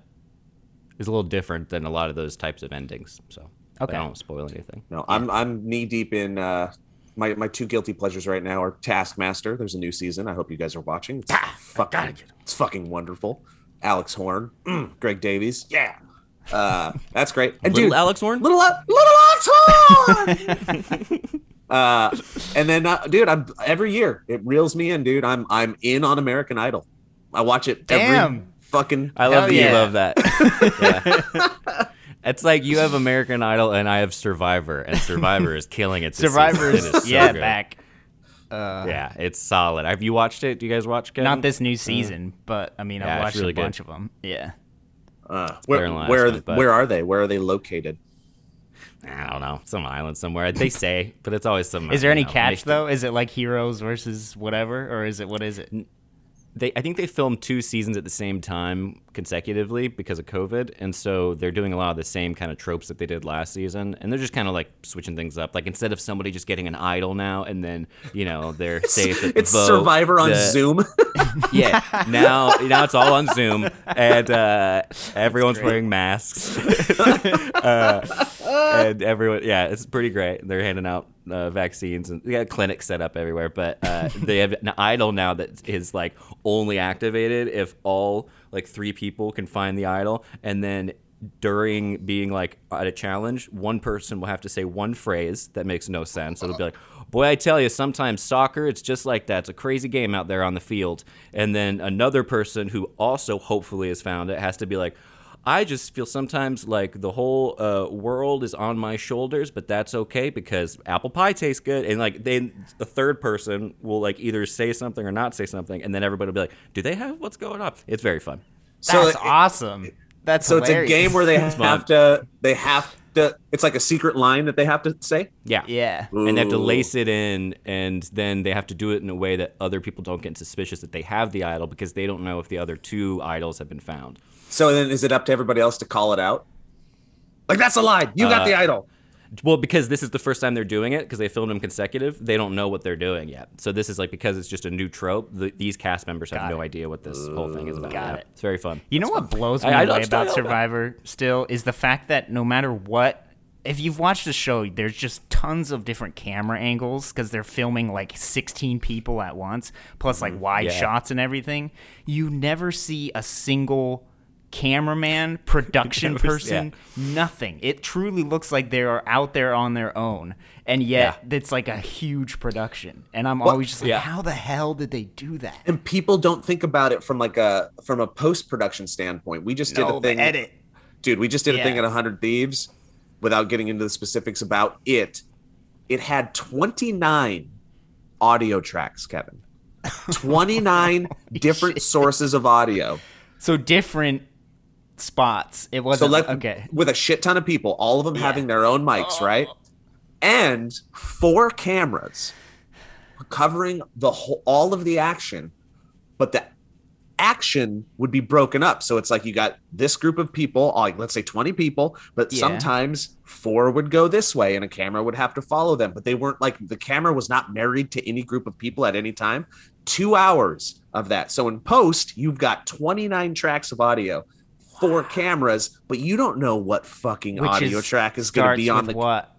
Speaker 1: is a little different than a lot of those types of endings. So
Speaker 4: Okay.
Speaker 1: I don't spoil anything.
Speaker 2: no, I'm I'm knee deep in. Uh, my, my two guilty pleasures right now are Taskmaster. There's a new season. I hope you guys are watching. It's,
Speaker 1: Ah,
Speaker 2: fucking, it's fucking wonderful. Alex Horn, Mm, Greg Davies. Yeah. Uh, that's great. And
Speaker 1: Little
Speaker 2: dude,
Speaker 1: Alex Horn.
Speaker 2: little Al- little
Speaker 1: [laughs]
Speaker 2: Oxhorn. uh, and then, uh, dude, I'm every year it reels me in, dude. I'm I'm in on American Idol. I watch it every
Speaker 4: Damn.
Speaker 2: fucking.
Speaker 1: I love
Speaker 4: Hell
Speaker 1: that
Speaker 4: yeah.
Speaker 1: you love that.
Speaker 4: [laughs]
Speaker 1: Yeah. It's like you have American Idol and I have Survivor, and Survivor is killing it. This
Speaker 4: Survivors,
Speaker 1: season. It is so
Speaker 4: yeah,
Speaker 1: good.
Speaker 4: back. Uh,
Speaker 1: Yeah, it's solid. Have you watched it? Do you guys watch? Kevin?
Speaker 4: Not this new season, but I mean,
Speaker 1: uh, Yeah,
Speaker 4: I
Speaker 1: it's
Speaker 4: watched
Speaker 1: really
Speaker 4: a
Speaker 1: good.
Speaker 4: bunch of them. Yeah.
Speaker 2: Uh, where
Speaker 1: Better than last
Speaker 2: where are
Speaker 1: time,
Speaker 2: th-
Speaker 1: but-
Speaker 2: where are they? Where are they located?
Speaker 1: I don't know. Some island somewhere. They say, but it's always some.
Speaker 4: Is there any
Speaker 1: you know,
Speaker 4: catch
Speaker 1: makes-
Speaker 4: though? Is it like heroes versus whatever, or is it what is it?
Speaker 1: They, I think they filmed two seasons at the same time consecutively because of COVID, and so they're doing a lot of the same kind of tropes that they did last season, and they're just kind of like switching things up. Like instead of somebody just getting an idol now, and then you know they're safe. At the
Speaker 2: [laughs] It's
Speaker 1: vote,
Speaker 2: Survivor on
Speaker 1: the-
Speaker 2: Zoom. [laughs]
Speaker 1: Yeah. Now now it's all on Zoom and uh, everyone's wearing masks. uh, and everyone yeah, it's pretty great. They're handing out uh, vaccines and they got clinics set up everywhere, but uh, they have an idol now that is like only activated if all like three people can find the idol and then during being like at a challenge, one person will have to say one phrase that makes no sense. It'll be like, "Boy, I tell you, sometimes soccer it's just like that. It's a crazy game out there on the field." And then another person who also hopefully has found it has to be like, I just feel sometimes like the whole uh, world is on my shoulders, but that's okay because apple pie tastes good. And like then the third person will like either say something or not say something, and then everybody will be like, "Do they have what's going on?" It's very fun.
Speaker 4: That's
Speaker 2: it-
Speaker 4: awesome. That's
Speaker 2: So it's a
Speaker 4: hilarious.
Speaker 2: game where they
Speaker 1: fun.
Speaker 2: have to. They have to. It's like a secret line that they have to say.
Speaker 1: Yeah,
Speaker 4: yeah.
Speaker 1: and they have to
Speaker 2: Ooh.
Speaker 1: lace it in, and then they have to do it in a way that other people don't get suspicious that they have the idol because they don't know if the other two idols have been found.
Speaker 2: So then, is it up to everybody else to call it out? Like that's a line. You got
Speaker 1: Uh,
Speaker 2: the idol.
Speaker 1: Well, because this is the first time they're doing it, because they filmed them consecutive, they don't know what they're doing yet. So this is like because it's just a new trope. The, these cast members have no idea what this whole thing is about.
Speaker 4: Got
Speaker 1: Yeah,
Speaker 4: it.
Speaker 1: It's very fun.
Speaker 4: You know what blows
Speaker 1: I-
Speaker 4: me
Speaker 1: I
Speaker 4: away
Speaker 1: don't-
Speaker 4: about Survivor still is the fact that no matter what, if you've watched the show, there's just tons of different camera angles because they're filming like 16 people at once, plus like wide
Speaker 1: Yeah.
Speaker 4: shots and everything. You never see a single cameraman, production
Speaker 1: Never see-
Speaker 4: person, nothing. It truly looks like they are out there on their own, and yet it's like a huge production. And I'm always just like,
Speaker 1: Yeah.
Speaker 4: how the hell did they do that?
Speaker 2: And people don't think about it from like a from a post production standpoint. We just did
Speaker 4: No,
Speaker 2: a thing.
Speaker 4: the edit.
Speaker 2: dude we just did a
Speaker 4: Yeah.
Speaker 2: thing at 100 thieves without getting into the specifics about it it had 29 audio tracks
Speaker 4: [laughs]
Speaker 2: kevin 29 different sources of audio
Speaker 4: So different spots. It
Speaker 2: so
Speaker 4: wasn't
Speaker 2: like
Speaker 4: okay. Oh.
Speaker 2: with a shit ton of people all of them having their own mics right and four cameras covering the whole all of the action but the action would be broken up so it's like you got this group of people like let's say 20 people but
Speaker 4: Yeah.
Speaker 2: sometimes four would go this way and a camera would have to follow them but they weren't like the camera was not married to any group of people at any time two hours of that so in post you've got 29 tracks of audio four cameras but you don't know what fucking audio track is going
Speaker 4: starts
Speaker 2: to be on
Speaker 4: with
Speaker 2: the
Speaker 4: what?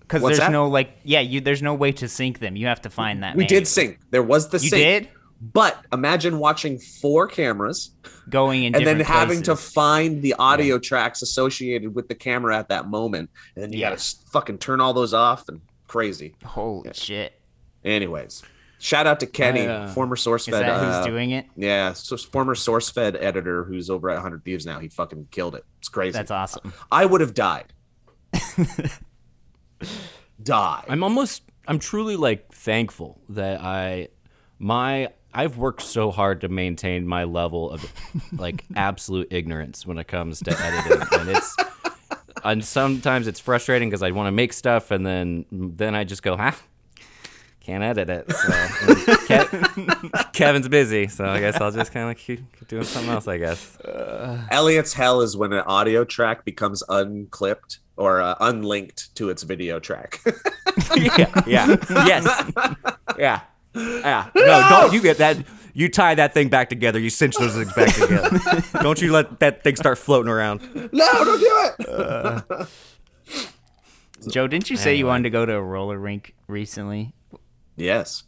Speaker 4: Because
Speaker 2: What's
Speaker 4: there's
Speaker 2: that?
Speaker 4: no like, yeah, you there's no way to sync them. You have to find that.
Speaker 2: we
Speaker 4: manually.
Speaker 2: did sync there was the
Speaker 4: You
Speaker 2: sync
Speaker 4: did
Speaker 2: but imagine watching four cameras
Speaker 4: going in
Speaker 2: and then
Speaker 4: different
Speaker 2: having to
Speaker 4: places.
Speaker 2: find the audio tracks associated with the camera at that moment and then you
Speaker 4: Yeah.
Speaker 2: gotta s- fucking turn all those off and crazy
Speaker 4: Holy shit!
Speaker 2: anyways shout out to kenny
Speaker 1: I, uh,
Speaker 2: former source
Speaker 4: Is
Speaker 2: fed
Speaker 4: that
Speaker 2: uh,
Speaker 4: who's doing it?
Speaker 2: yeah so former source fed editor who's over at 100 thieves now he fucking killed it it's crazy
Speaker 4: That's awesome.
Speaker 2: i would
Speaker 4: [laughs]
Speaker 2: have died die
Speaker 1: I'm almost, I'm truly like thankful that I, my, I've worked so hard to maintain my level of like absolute ignorance when it comes to editing, and it's. And sometimes it's frustrating because I want to make stuff, and then then I just go, "Huh, can't edit it." So, and Ke- Kevin's busy, so I guess I'll just kind of keep, keep doing something else. I guess.
Speaker 2: Elliot's hell is when an audio track becomes unclipped or uh, unlinked to its video track. [laughs]
Speaker 1: yeah, yeah, yes, yeah, yeah. No, don't you get that? You tie that thing back together. You cinch those things back together. don't you let that thing start floating around.
Speaker 2: no, don't do it.
Speaker 4: Joe, didn't you say you wanted to go to a roller rink recently?
Speaker 2: Yes.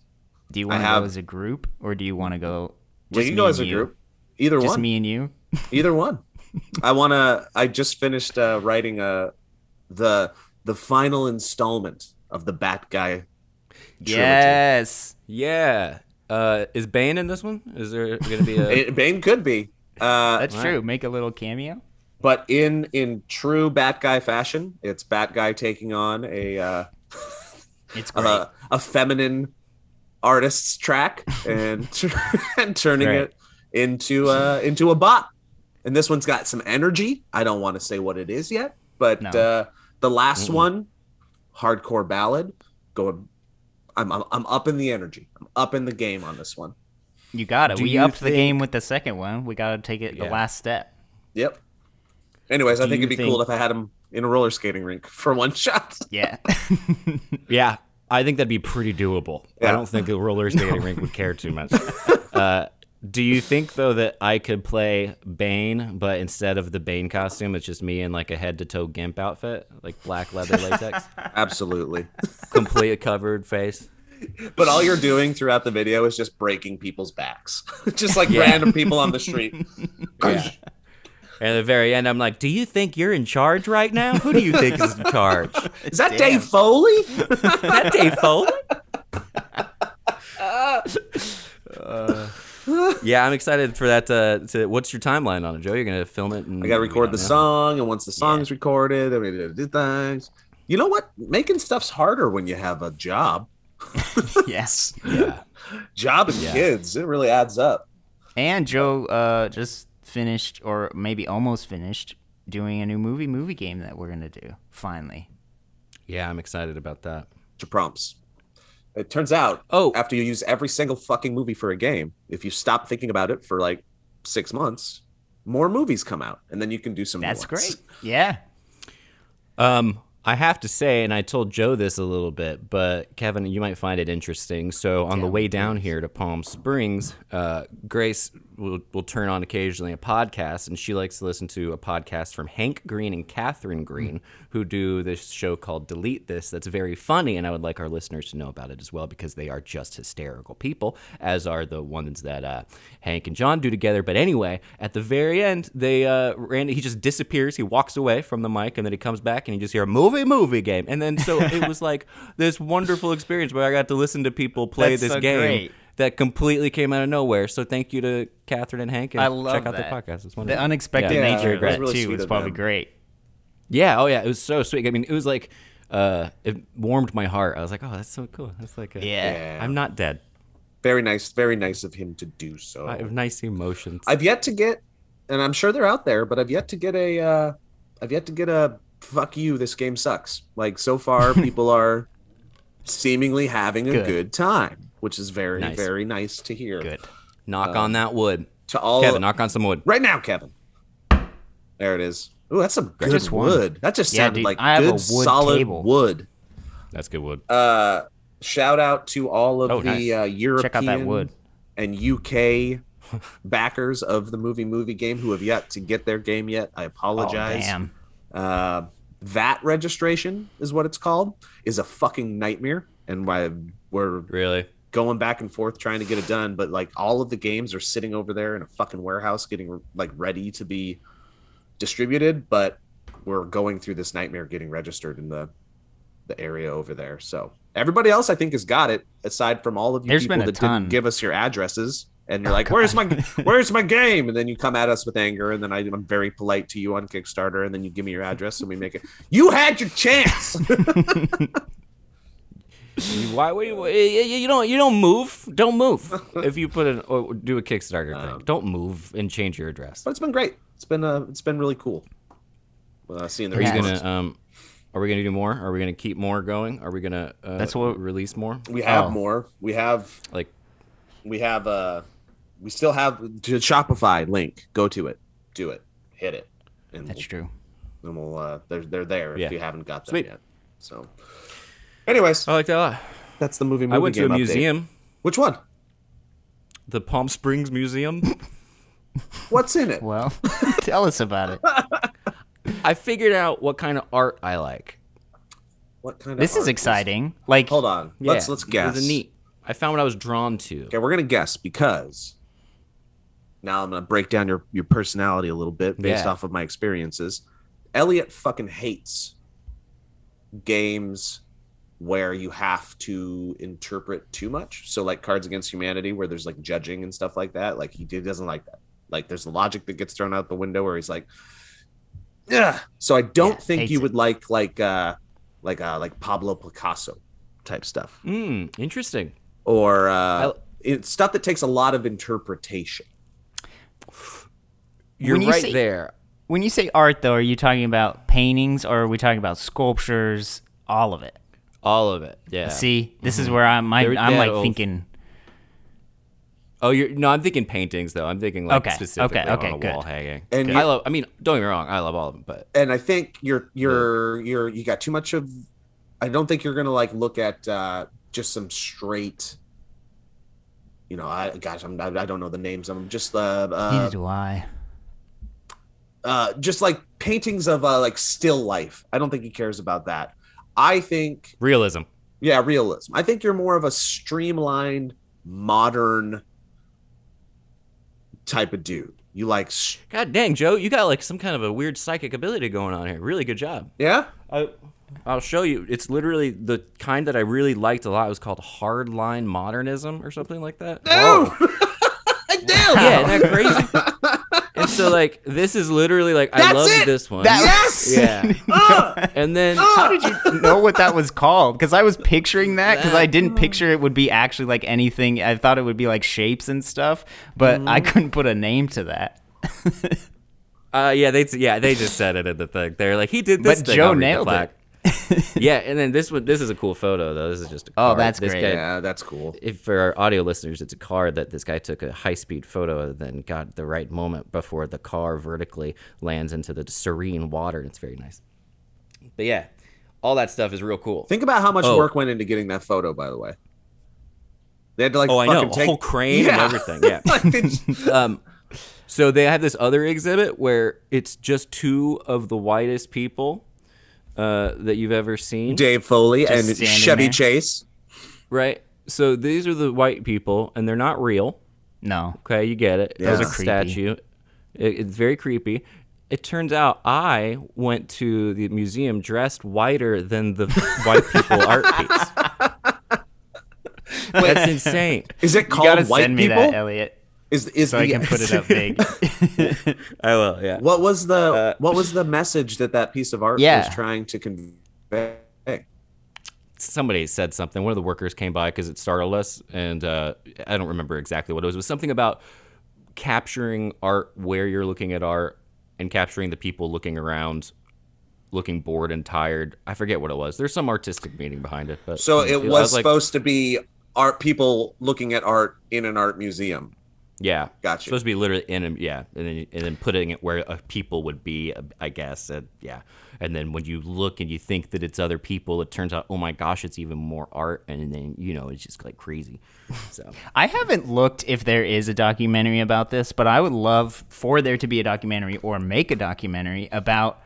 Speaker 4: Do you want to
Speaker 2: have-
Speaker 4: go as a group or do you want to go?
Speaker 2: we
Speaker 4: just
Speaker 2: can
Speaker 4: me
Speaker 2: go as a
Speaker 4: and you?
Speaker 2: group. Either
Speaker 4: Just
Speaker 2: one.
Speaker 4: me and you.
Speaker 2: Either one. I want to I just finished uh, writing uh the the final installment of the Bat Guy trilogy.
Speaker 4: Yes.
Speaker 1: Yeah. Uh, is Bane in this one? Is there gonna be a?
Speaker 2: It, Bane could be. Uh,
Speaker 4: That's true. Make a little cameo.
Speaker 2: but in in true Bat Guy fashion, it's Bat Guy taking on a uh,
Speaker 4: It's great.
Speaker 2: [laughs] a, a feminine artist's track and [laughs] and turning
Speaker 1: Right.
Speaker 2: it into uh into a bot. And this one's got some energy. I don't want to say what it is yet, but
Speaker 4: No.
Speaker 2: uh the last one, hardcore ballad, going I'm, I'm I'm up in the energy. I'm up in the game on this one.
Speaker 4: You got it.
Speaker 1: Do
Speaker 4: We
Speaker 1: you
Speaker 4: upped the game with the second one. We got to take it the
Speaker 1: Yeah.
Speaker 4: last step.
Speaker 2: Yep. Anyways, I
Speaker 4: Do
Speaker 2: think
Speaker 4: you
Speaker 2: it'd be
Speaker 4: think-
Speaker 2: cool if I had him in a roller skating rink for one [laughs] shot.
Speaker 4: Yeah.
Speaker 1: [laughs]
Speaker 4: [laughs]
Speaker 1: Yeah, I think that'd be pretty doable. I
Speaker 2: Yeah.
Speaker 1: don't think the roller skating rink would care too [laughs] much. Uh, do you think though that I could play Bane, but instead of the Bane costume, it's just me in like a head to toe gimp outfit, like black leather [laughs] latex,
Speaker 2: Absolutely.
Speaker 1: completely covered face?
Speaker 2: But all you're doing throughout the video is just breaking people's backs, [laughs] just like random people on
Speaker 1: [laughs]
Speaker 2: the street.
Speaker 1: And at the very end, I'm like, "Do you think you're in charge right now? Who do you think is in charge?
Speaker 2: Is that Dave Foley?
Speaker 1: Is that Dave Foley?" Uh, yeah, I'm excited for that. To, to what's your timeline on it, Joe? You're gonna film it. And
Speaker 2: I
Speaker 1: [laughs]
Speaker 2: gotta record the
Speaker 1: Yeah.
Speaker 2: song, and once the song's recorded, I mean, do things. You know what? Making stuff's harder when you have a job,
Speaker 4: yes.
Speaker 2: job and kids. It really adds up.
Speaker 4: And Joe uh, just finished, or maybe almost finished, doing a new movie movie game that we're gonna do finally.
Speaker 1: Yeah, I'm excited about that.
Speaker 2: To prompts. It turns out,
Speaker 1: Oh.
Speaker 2: after you use every single fucking movie for a game, if you stop thinking about it for like six months, more movies come out, and then you can do some. new
Speaker 4: That's
Speaker 2: ones.
Speaker 4: great. Yeah.
Speaker 1: Um, I have to say, and I told Joe this a little bit, but Kevin, you might find it interesting. So on the way down here to Palm Springs, uh, Grace will, will turn on occasionally a podcast, and she likes to listen to a podcast from Hank Green and Catherine Green, who do this show called Delete This. That's very funny, and I would like our listeners to know about it as well because they are just hysterical people, as are the ones that uh, Hank and John do together. But anyway, at the very end, they uh, ran. He just disappears. He walks away from the mic, and then he comes back, and you just hear movie, movie game. And then so it was like [laughs] this wonderful experience where I got to listen to people play
Speaker 4: That's
Speaker 1: this
Speaker 4: so
Speaker 1: game
Speaker 4: great.
Speaker 1: that completely came out of nowhere. So thank you to Catherine and Hank. And
Speaker 4: I love
Speaker 1: check out
Speaker 4: that.
Speaker 1: their podcast. It's wonderful.
Speaker 4: The unexpected
Speaker 1: Yeah.
Speaker 4: nature
Speaker 2: Yeah,
Speaker 4: of
Speaker 2: that's
Speaker 4: that
Speaker 2: really
Speaker 4: too
Speaker 2: sweet
Speaker 4: was
Speaker 2: of
Speaker 4: probably
Speaker 2: them.
Speaker 4: great.
Speaker 1: Yeah. Oh yeah. It was so sweet. I mean, it was like uh, it warmed my heart. I was like, oh, that's so cool. That's like a,
Speaker 4: Yeah.
Speaker 2: Yeah.
Speaker 1: I'm not dead.
Speaker 2: Very nice. Very nice of him to do so.
Speaker 1: I have nice emotions.
Speaker 2: I've yet to get, and I'm sure they're out there, but I've yet to get a, uh, I've yet to get a fuck you. This game sucks. Like so
Speaker 4: [laughs]
Speaker 2: far, people are seemingly having a
Speaker 4: Good.
Speaker 2: good, time, which is very,
Speaker 1: Nice.
Speaker 2: very nice to hear.
Speaker 4: Good.
Speaker 1: knock
Speaker 2: uh,
Speaker 1: on that wood,
Speaker 2: To all,
Speaker 1: Kevin. Knock on some wood.
Speaker 2: right now, Kevin. There it is. Ooh, that's some good
Speaker 4: Just one.
Speaker 2: wood. That just
Speaker 4: Yeah,
Speaker 2: sounded
Speaker 4: dude,
Speaker 2: like
Speaker 4: I have a
Speaker 2: good,
Speaker 4: wood
Speaker 2: solid
Speaker 4: table.
Speaker 2: wood.
Speaker 1: That's good wood.
Speaker 2: Uh, shout out to all of
Speaker 1: Oh,
Speaker 2: the
Speaker 1: nice.
Speaker 2: uh, European
Speaker 4: Check out that wood. [laughs]
Speaker 2: and UK backers of the movie movie game who have yet to get their game yet. I
Speaker 4: Oh,
Speaker 2: apologize.
Speaker 4: damn.
Speaker 2: Uh, that registration is what it's called is a fucking nightmare, and why we're
Speaker 1: Really?
Speaker 2: going back and forth trying to get it done. But like all of the games are sitting over there in a fucking warehouse, getting like ready to be distributed. But we're going through this nightmare getting registered in the the area over there. So everybody else, I think, has got it. Aside from all of you
Speaker 4: There's
Speaker 2: people
Speaker 4: been a
Speaker 2: that
Speaker 4: ton. Oh,
Speaker 2: didn't give us your addresses, and you're like, "Where's my Where's my game?" And then you come at us with anger, and then I, I'm very polite to you on Kickstarter, and then you give me your address, and we make it. You had your chance.
Speaker 4: [laughs]
Speaker 1: You- Why would you, you? you- You don't. You don't move. Don't
Speaker 2: [laughs]
Speaker 1: move. if you put an or do a Kickstarter
Speaker 2: Um,
Speaker 1: thing, don't move and change your address.
Speaker 2: but it's been great. It's been uh, it's been really cool. Uh, seeing the
Speaker 1: Are you
Speaker 2: response.
Speaker 1: gonna? Um, are we gonna do more? Are we gonna keep more going? Are we gonna? Uh,
Speaker 4: That's what-
Speaker 1: release more.
Speaker 2: we have
Speaker 4: Oh.
Speaker 2: more. We have
Speaker 1: Like
Speaker 2: we have uh we still have to Shopify link. Go to it, do it, hit it, and
Speaker 4: That's
Speaker 2: we'll,
Speaker 4: true.
Speaker 2: and we'll uh they're they're there if
Speaker 1: Yeah.
Speaker 2: you haven't got them
Speaker 1: Sweet.
Speaker 2: yet. So, anyways,
Speaker 1: I like that a lot.
Speaker 2: that's the movie. movie
Speaker 1: I went to a
Speaker 2: game update.
Speaker 1: museum,
Speaker 2: Which one?
Speaker 1: the Palm Springs
Speaker 2: [laughs]
Speaker 1: Museum.
Speaker 2: What's in it?
Speaker 4: Well, [laughs] tell us about it.
Speaker 1: I figured out what kind of art I like.
Speaker 2: What kind of
Speaker 4: This
Speaker 2: art
Speaker 4: is exciting. Like,
Speaker 2: Hold on.
Speaker 1: Yeah,
Speaker 2: Let's let's
Speaker 1: It
Speaker 2: guess.
Speaker 1: was neat. I found what I was drawn to.
Speaker 2: Okay, we're gonna guess because now I'm gonna break down your your personality a little bit based
Speaker 1: Yeah.
Speaker 2: off of my experiences. Elliot fucking hates games where you have to interpret too much. So like Cards Against Humanity, where there's like judging and stuff like that. Like he did- doesn't like that. Like there's logic that gets thrown out the window where he's like, yeah. So I don't
Speaker 4: Yeah,
Speaker 2: think
Speaker 4: hates
Speaker 2: you
Speaker 4: it.
Speaker 2: would like like uh like uh like Pablo Picasso type stuff
Speaker 1: Mm, interesting.
Speaker 2: or uh,
Speaker 1: I-
Speaker 2: it's stuff that takes a lot of interpretation.
Speaker 1: You're
Speaker 4: you
Speaker 1: right
Speaker 4: say-
Speaker 1: there.
Speaker 4: when you say art, though, are you talking about paintings or are we talking about sculptures? All of it.
Speaker 1: All of it. Yeah.
Speaker 4: See, this is where I'm. I,
Speaker 1: They're-
Speaker 4: I'm
Speaker 1: they're
Speaker 4: like
Speaker 1: all-
Speaker 4: thinking.
Speaker 1: Oh, you're no. I'm thinking paintings though. I'm thinking like
Speaker 4: Okay,
Speaker 1: specifically
Speaker 4: okay,
Speaker 1: on
Speaker 4: okay,
Speaker 1: a
Speaker 4: good.
Speaker 1: wall hanging.
Speaker 2: And
Speaker 1: And
Speaker 2: you-
Speaker 1: I love. I mean, don't get me wrong. I love all of them, but
Speaker 2: And I think you're you're you're you got too much of. I don't think you're gonna like look at uh, just some straight. You know, I gosh, I'm, I don't know the names. I'm just uh, uh,
Speaker 4: neither do I.
Speaker 2: uh, just like paintings of uh, like still life. I don't think he cares about that. I think
Speaker 1: realism.
Speaker 2: yeah, realism. I think you're more of a streamlined, modern type of dude. You like, s-
Speaker 1: God dang, Joe, you got like some kind of a weird psychic ability going on here. Really good job.
Speaker 2: yeah,
Speaker 1: I, I'll show you. It's literally the kind that I
Speaker 2: [laughs] Oh.
Speaker 1: really liked a lot. It was called hardline modernism or something like that.
Speaker 2: No! I
Speaker 4: Wow.
Speaker 1: Yeah, isn't that crazy? [laughs] and so like this is literally like I
Speaker 2: That's
Speaker 1: love
Speaker 2: it!
Speaker 1: this one.
Speaker 4: That- [laughs]
Speaker 2: Yes.
Speaker 1: yeah.
Speaker 2: Ah!
Speaker 1: And
Speaker 2: [laughs]
Speaker 1: then
Speaker 2: Ah!
Speaker 4: know what that was called because I was picturing that because I
Speaker 1: That-
Speaker 4: didn't picture it would be actually like anything. I thought it would be like shapes and stuff, but I
Speaker 2: Mm-hmm.
Speaker 4: couldn't put a name to that.
Speaker 1: uh, yeah, they yeah, they just said it at the thing. They're like he did this
Speaker 4: But
Speaker 1: thing,
Speaker 4: Joe
Speaker 1: I'll read the
Speaker 4: nailed
Speaker 1: plaque.
Speaker 4: it.
Speaker 1: yeah, and then this one this is a cool photo though. This is just a
Speaker 4: Oh,
Speaker 1: card.
Speaker 4: that's
Speaker 1: This
Speaker 4: great.
Speaker 1: guy-
Speaker 2: Yeah, that's cool.
Speaker 1: if for our audio listeners, it's a car that this guy took a high speed photo of, then got the right moment before the car vertically lands into the serene water. It's very nice. But yeah, all that stuff is real cool.
Speaker 2: Think about how much
Speaker 1: Oh.
Speaker 2: work went into getting that photo, by the way. They had to like
Speaker 1: Oh, I know,
Speaker 2: fucking
Speaker 1: a
Speaker 2: take-
Speaker 1: whole crane and everything, yeah.
Speaker 2: [laughs] Like,
Speaker 4: [laughs]
Speaker 2: they just-
Speaker 1: um, so they have this other exhibit where it's just two of the whitest people uh, that you've ever seen.
Speaker 2: Dave Foley and
Speaker 4: standing
Speaker 2: Chevy
Speaker 4: there.
Speaker 2: Chase.
Speaker 1: Right. So these are the white people, and they're not real.
Speaker 4: No.
Speaker 1: Okay, you get it.
Speaker 2: Those
Speaker 1: Those
Speaker 2: are
Speaker 1: a
Speaker 4: creepy.
Speaker 1: statue. It, it's very creepy. It turns out I went to the museum dressed whiter than the white [laughs] people art piece. [laughs] That's insane.
Speaker 2: Is it
Speaker 4: You gotta
Speaker 2: called White
Speaker 4: send me
Speaker 2: People?
Speaker 4: that, Elliot,
Speaker 2: is is
Speaker 4: so
Speaker 2: the,
Speaker 4: I can
Speaker 2: [laughs]
Speaker 4: put it up big.
Speaker 1: I will. Yeah.
Speaker 2: What was the what was the message that that piece of art
Speaker 4: Uh, Yeah.
Speaker 2: was trying to convey?
Speaker 1: somebody said something. One of the workers came by because it startled us, and uh, I don't remember exactly what it was. It was something about capturing art where you're looking at art and capturing the people looking around, looking bored and tired. I forget what it was. There's some artistic meaning behind it, but
Speaker 2: So
Speaker 1: I
Speaker 2: it was,
Speaker 1: was like,
Speaker 2: supposed to be art people looking at art in an art museum.
Speaker 1: yeah,
Speaker 2: Gotcha.
Speaker 1: Supposed to be literally in a yeah, and then and then putting it where uh, people would be, uh, I guess, and yeah. And then when you look and you think that it's other people, it turns out, oh my gosh, it's even more art, and then you know it's just like crazy. So.
Speaker 4: I haven't looked if there is a documentary about this, but I would love for there to be a documentary or make a documentary about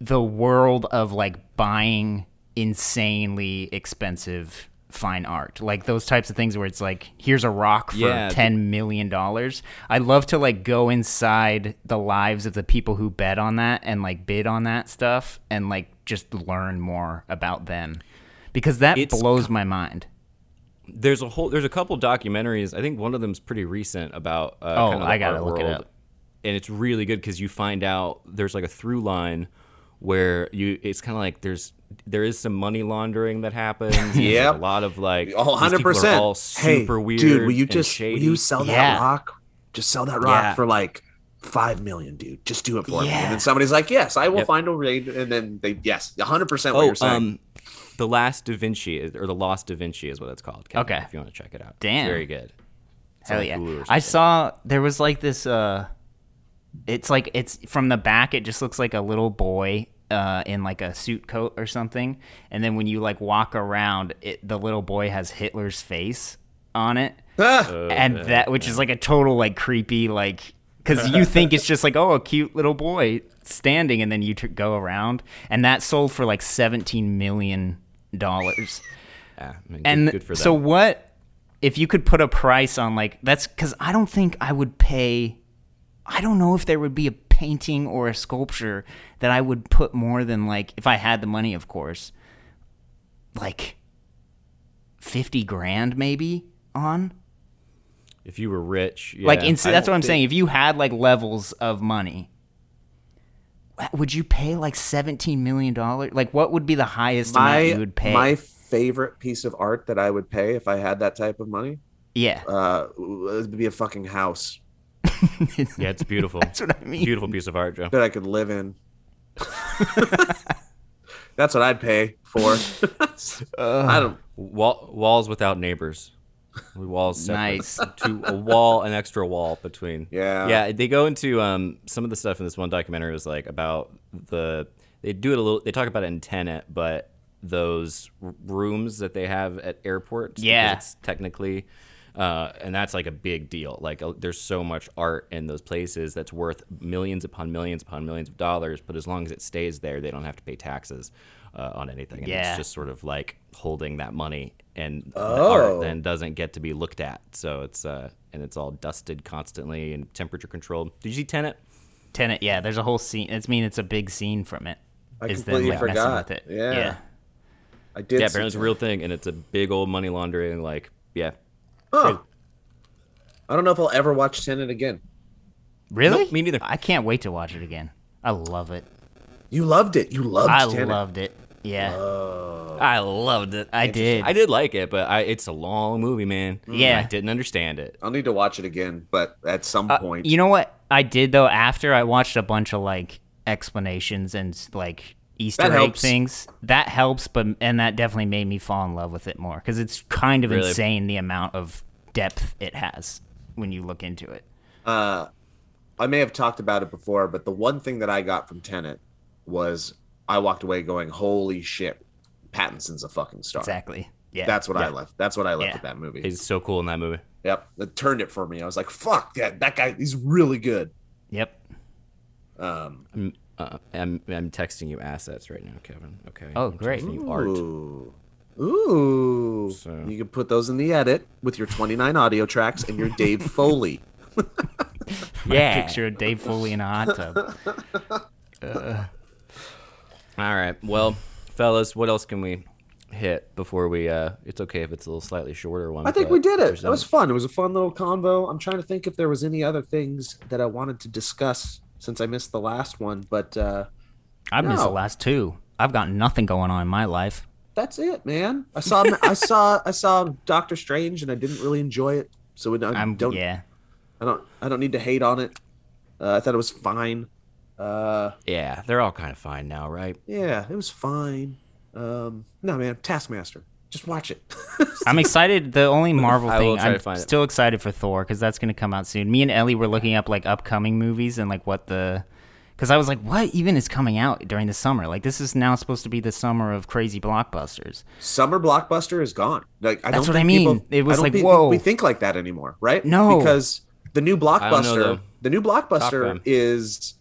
Speaker 4: the world of like buying insanely expensive fine art. Like those types of things where it's like here's a rock for
Speaker 1: Yeah.
Speaker 4: 10 million dollars. I'd love to like go inside the lives of the people who bet on that and like bid on that stuff and like just learn more about them because that
Speaker 1: It's
Speaker 4: blows my mind.
Speaker 1: there's a whole there's a couple documentaries. I think one of them's pretty recent about uh,
Speaker 4: Oh,
Speaker 1: kind of the
Speaker 4: I gotta
Speaker 1: art
Speaker 4: look it
Speaker 1: world.
Speaker 4: up.
Speaker 1: and it's really good because you find out there's like a through line where you it's kind of like there's there is some money laundering that
Speaker 4: [laughs]
Speaker 1: happens. There's, like,
Speaker 2: Yep.
Speaker 1: a lot of like these
Speaker 2: All
Speaker 1: people are
Speaker 2: hundred percent.
Speaker 1: all super
Speaker 2: hey,
Speaker 1: weird.
Speaker 2: dude, will you
Speaker 1: and
Speaker 2: just will
Speaker 1: shady.
Speaker 2: you sell that
Speaker 4: Yeah.
Speaker 2: rock? Just sell that rock
Speaker 1: Yeah.
Speaker 2: for like five million, dude. Just do it for me.
Speaker 4: Yeah.
Speaker 2: And then somebody's like, "Yes, I will
Speaker 1: Yep.
Speaker 2: find a raid." And then they, yes, hundred percent. What
Speaker 1: oh
Speaker 2: you're saying.
Speaker 1: um, the last Da Vinci is- or the Lost Da Vinci is what it's called. Kevin,
Speaker 4: Okay.
Speaker 1: if you want to check it out,
Speaker 4: Damn.
Speaker 1: it's very good. It's
Speaker 4: Hell
Speaker 1: on
Speaker 4: yeah.
Speaker 1: Hulu or something.
Speaker 4: I saw there was like this uh it's like it's from the back it just looks like a little boy uh in like a suit coat or something and then when you like walk around it the little boy has Hitler's face on it
Speaker 2: Ah!
Speaker 1: uh,
Speaker 4: and that which is like a total like creepy like cuz you think it's just like oh a cute little boy standing and then you t- go around and that sold for like 17 million dollars
Speaker 1: Yeah, I mean, good-
Speaker 4: and
Speaker 1: good for
Speaker 4: so
Speaker 1: them.
Speaker 4: what if you could put a price on like that's because i don't think i would pay i don't know if there would be a painting or a sculpture that i would put more than like if i had the money of course like 50 grand maybe on
Speaker 1: if you were rich,
Speaker 4: like
Speaker 1: yeah.
Speaker 4: in, that's what i'm saying if you had like levels of money wh- would you pay like 17 million dollars like what would be the highest
Speaker 2: my
Speaker 4: amount you would pay
Speaker 2: my favorite piece of art that I would pay if I had that type of money
Speaker 1: [laughs]
Speaker 4: yeah [laughs]
Speaker 2: uh, would be a fucking house
Speaker 1: yeah, it's beautiful.
Speaker 4: [laughs] that's what i
Speaker 1: [laughs]
Speaker 4: mean
Speaker 1: Beautiful piece of art, Joe.
Speaker 2: that I could
Speaker 1: [laughs]
Speaker 2: live in. That's what I'd pay
Speaker 1: [laughs]
Speaker 2: for. I don't.
Speaker 1: Wall, walls without neighbors. Walls separate.
Speaker 4: Nice.
Speaker 1: Two, a wall, an extra wall between.
Speaker 2: Yeah.
Speaker 1: Yeah. They go into um, some of the stuff in this one documentary was like about the. They do it a little. They talk about it in Tenet, but those r- rooms that they have at airports. because
Speaker 4: Yeah.
Speaker 1: It's technically. Uh, and that's like a big deal. Like, uh, there's so much art in those places that's worth millions upon millions upon millions of dollars. But as long as it stays there, they don't have to pay taxes uh, on anything. And
Speaker 4: Yeah.
Speaker 1: It's just sort of like holding that money and
Speaker 2: Oh.
Speaker 1: the art then doesn't get to be looked at. So it's uh and it's all dusted constantly and temperature controlled. Did you see Tenet?
Speaker 4: Tenet, yeah, there's a whole scene. It's mean it's a big scene from it.
Speaker 2: I
Speaker 4: Is
Speaker 2: completely
Speaker 4: them, like, messing
Speaker 2: forgot.
Speaker 4: With it.
Speaker 2: Yeah. I did.
Speaker 1: yeah,
Speaker 2: see
Speaker 1: apparently it's a real thing and it's a big old money laundering like yeah.
Speaker 2: that. Huh. I don't know if I'll ever watch Tenet again.
Speaker 4: Really?
Speaker 1: Nope, me neither.
Speaker 4: I can't wait to watch it again. I love it.
Speaker 2: You loved it. You loved
Speaker 4: I
Speaker 2: Tenet.
Speaker 4: loved it. Yeah.
Speaker 1: I loved it.
Speaker 4: I did.
Speaker 1: I did like it, but I, it's a long movie, man.
Speaker 2: Mm.
Speaker 4: Yeah.
Speaker 1: I didn't understand it.
Speaker 2: I'll need to watch it again, but at some
Speaker 4: Uh,
Speaker 2: point.
Speaker 4: You know what I did though? After I watched a bunch of like explanations and like Easter egg
Speaker 2: helps.
Speaker 4: things, that helps. But and that definitely made me fall in love with it more because it's kind of
Speaker 1: Really?
Speaker 4: insane the amount of depth it has when you look into it.
Speaker 2: I may have talked about it before, but the one thing that I got from Tenet was I walked away going, "Holy shit, Pattinson's a fucking star."
Speaker 4: Exactly. Yeah.
Speaker 2: That's what I left. That's what I left
Speaker 4: Yeah.
Speaker 2: with that movie.
Speaker 1: It's so cool in that movie.
Speaker 2: yep, that turned it for me. I was like, "Fuck that! That guy, he's really good."
Speaker 4: Yep.
Speaker 2: Um,
Speaker 1: Mm, uh, I'm, I'm texting you assets right now, Kevin. Okay.
Speaker 4: Oh,
Speaker 1: I'm
Speaker 4: great.
Speaker 1: texting you art.
Speaker 2: Ooh, ooh,
Speaker 1: So-
Speaker 2: you can put those in the edit with your 29 audio tracks and your
Speaker 4: [laughs]
Speaker 2: Dave Foley.
Speaker 1: Yeah.
Speaker 4: Picture of Dave Foley in a hot
Speaker 1: [laughs]
Speaker 4: tub.
Speaker 1: All right. Well, fellas, what else can we hit before we? uh It's okay if it's a little slightly shorter one.
Speaker 2: I think
Speaker 1: but
Speaker 2: we did it.
Speaker 1: there's
Speaker 2: That was fun. It was a fun little convo. I'm trying to think if there was any other things that I wanted to discuss since I missed the last one, but uh,
Speaker 4: I missed the
Speaker 2: No.
Speaker 4: last two. I've got nothing going on in my life.
Speaker 2: that's it, man. I saw I saw I saw Doctor Strange and I didn't really enjoy it, so I
Speaker 4: I'm
Speaker 2: don't
Speaker 4: yeah.
Speaker 2: I don't I don't need to hate on it. Uh, I thought it was fine. Uh,
Speaker 1: Yeah, they're all kind of fine now, right?
Speaker 2: yeah, it was fine. Um, no, man, Taskmaster, just watch it. [laughs]
Speaker 4: I'm excited. The
Speaker 1: [laughs]
Speaker 4: only Marvel
Speaker 1: I will
Speaker 4: thing
Speaker 1: try to
Speaker 4: I'm
Speaker 1: find it.
Speaker 4: still excited for Thor because that's going to come out soon. Me and Ellie were looking up like upcoming movies and like what the because I was like, what even is coming out during the summer? Like this is now supposed to be the summer of crazy blockbusters.
Speaker 2: Summer blockbuster is gone. Like I
Speaker 4: That's
Speaker 2: don't
Speaker 4: what I
Speaker 2: think
Speaker 4: mean.
Speaker 2: people-
Speaker 4: It was
Speaker 2: I don't
Speaker 4: like,
Speaker 2: think
Speaker 4: whoa.
Speaker 2: we think like that anymore, right?
Speaker 4: No.
Speaker 2: because the new
Speaker 1: know, though.
Speaker 2: blockbuster, the new
Speaker 1: Top Gun.
Speaker 2: blockbuster is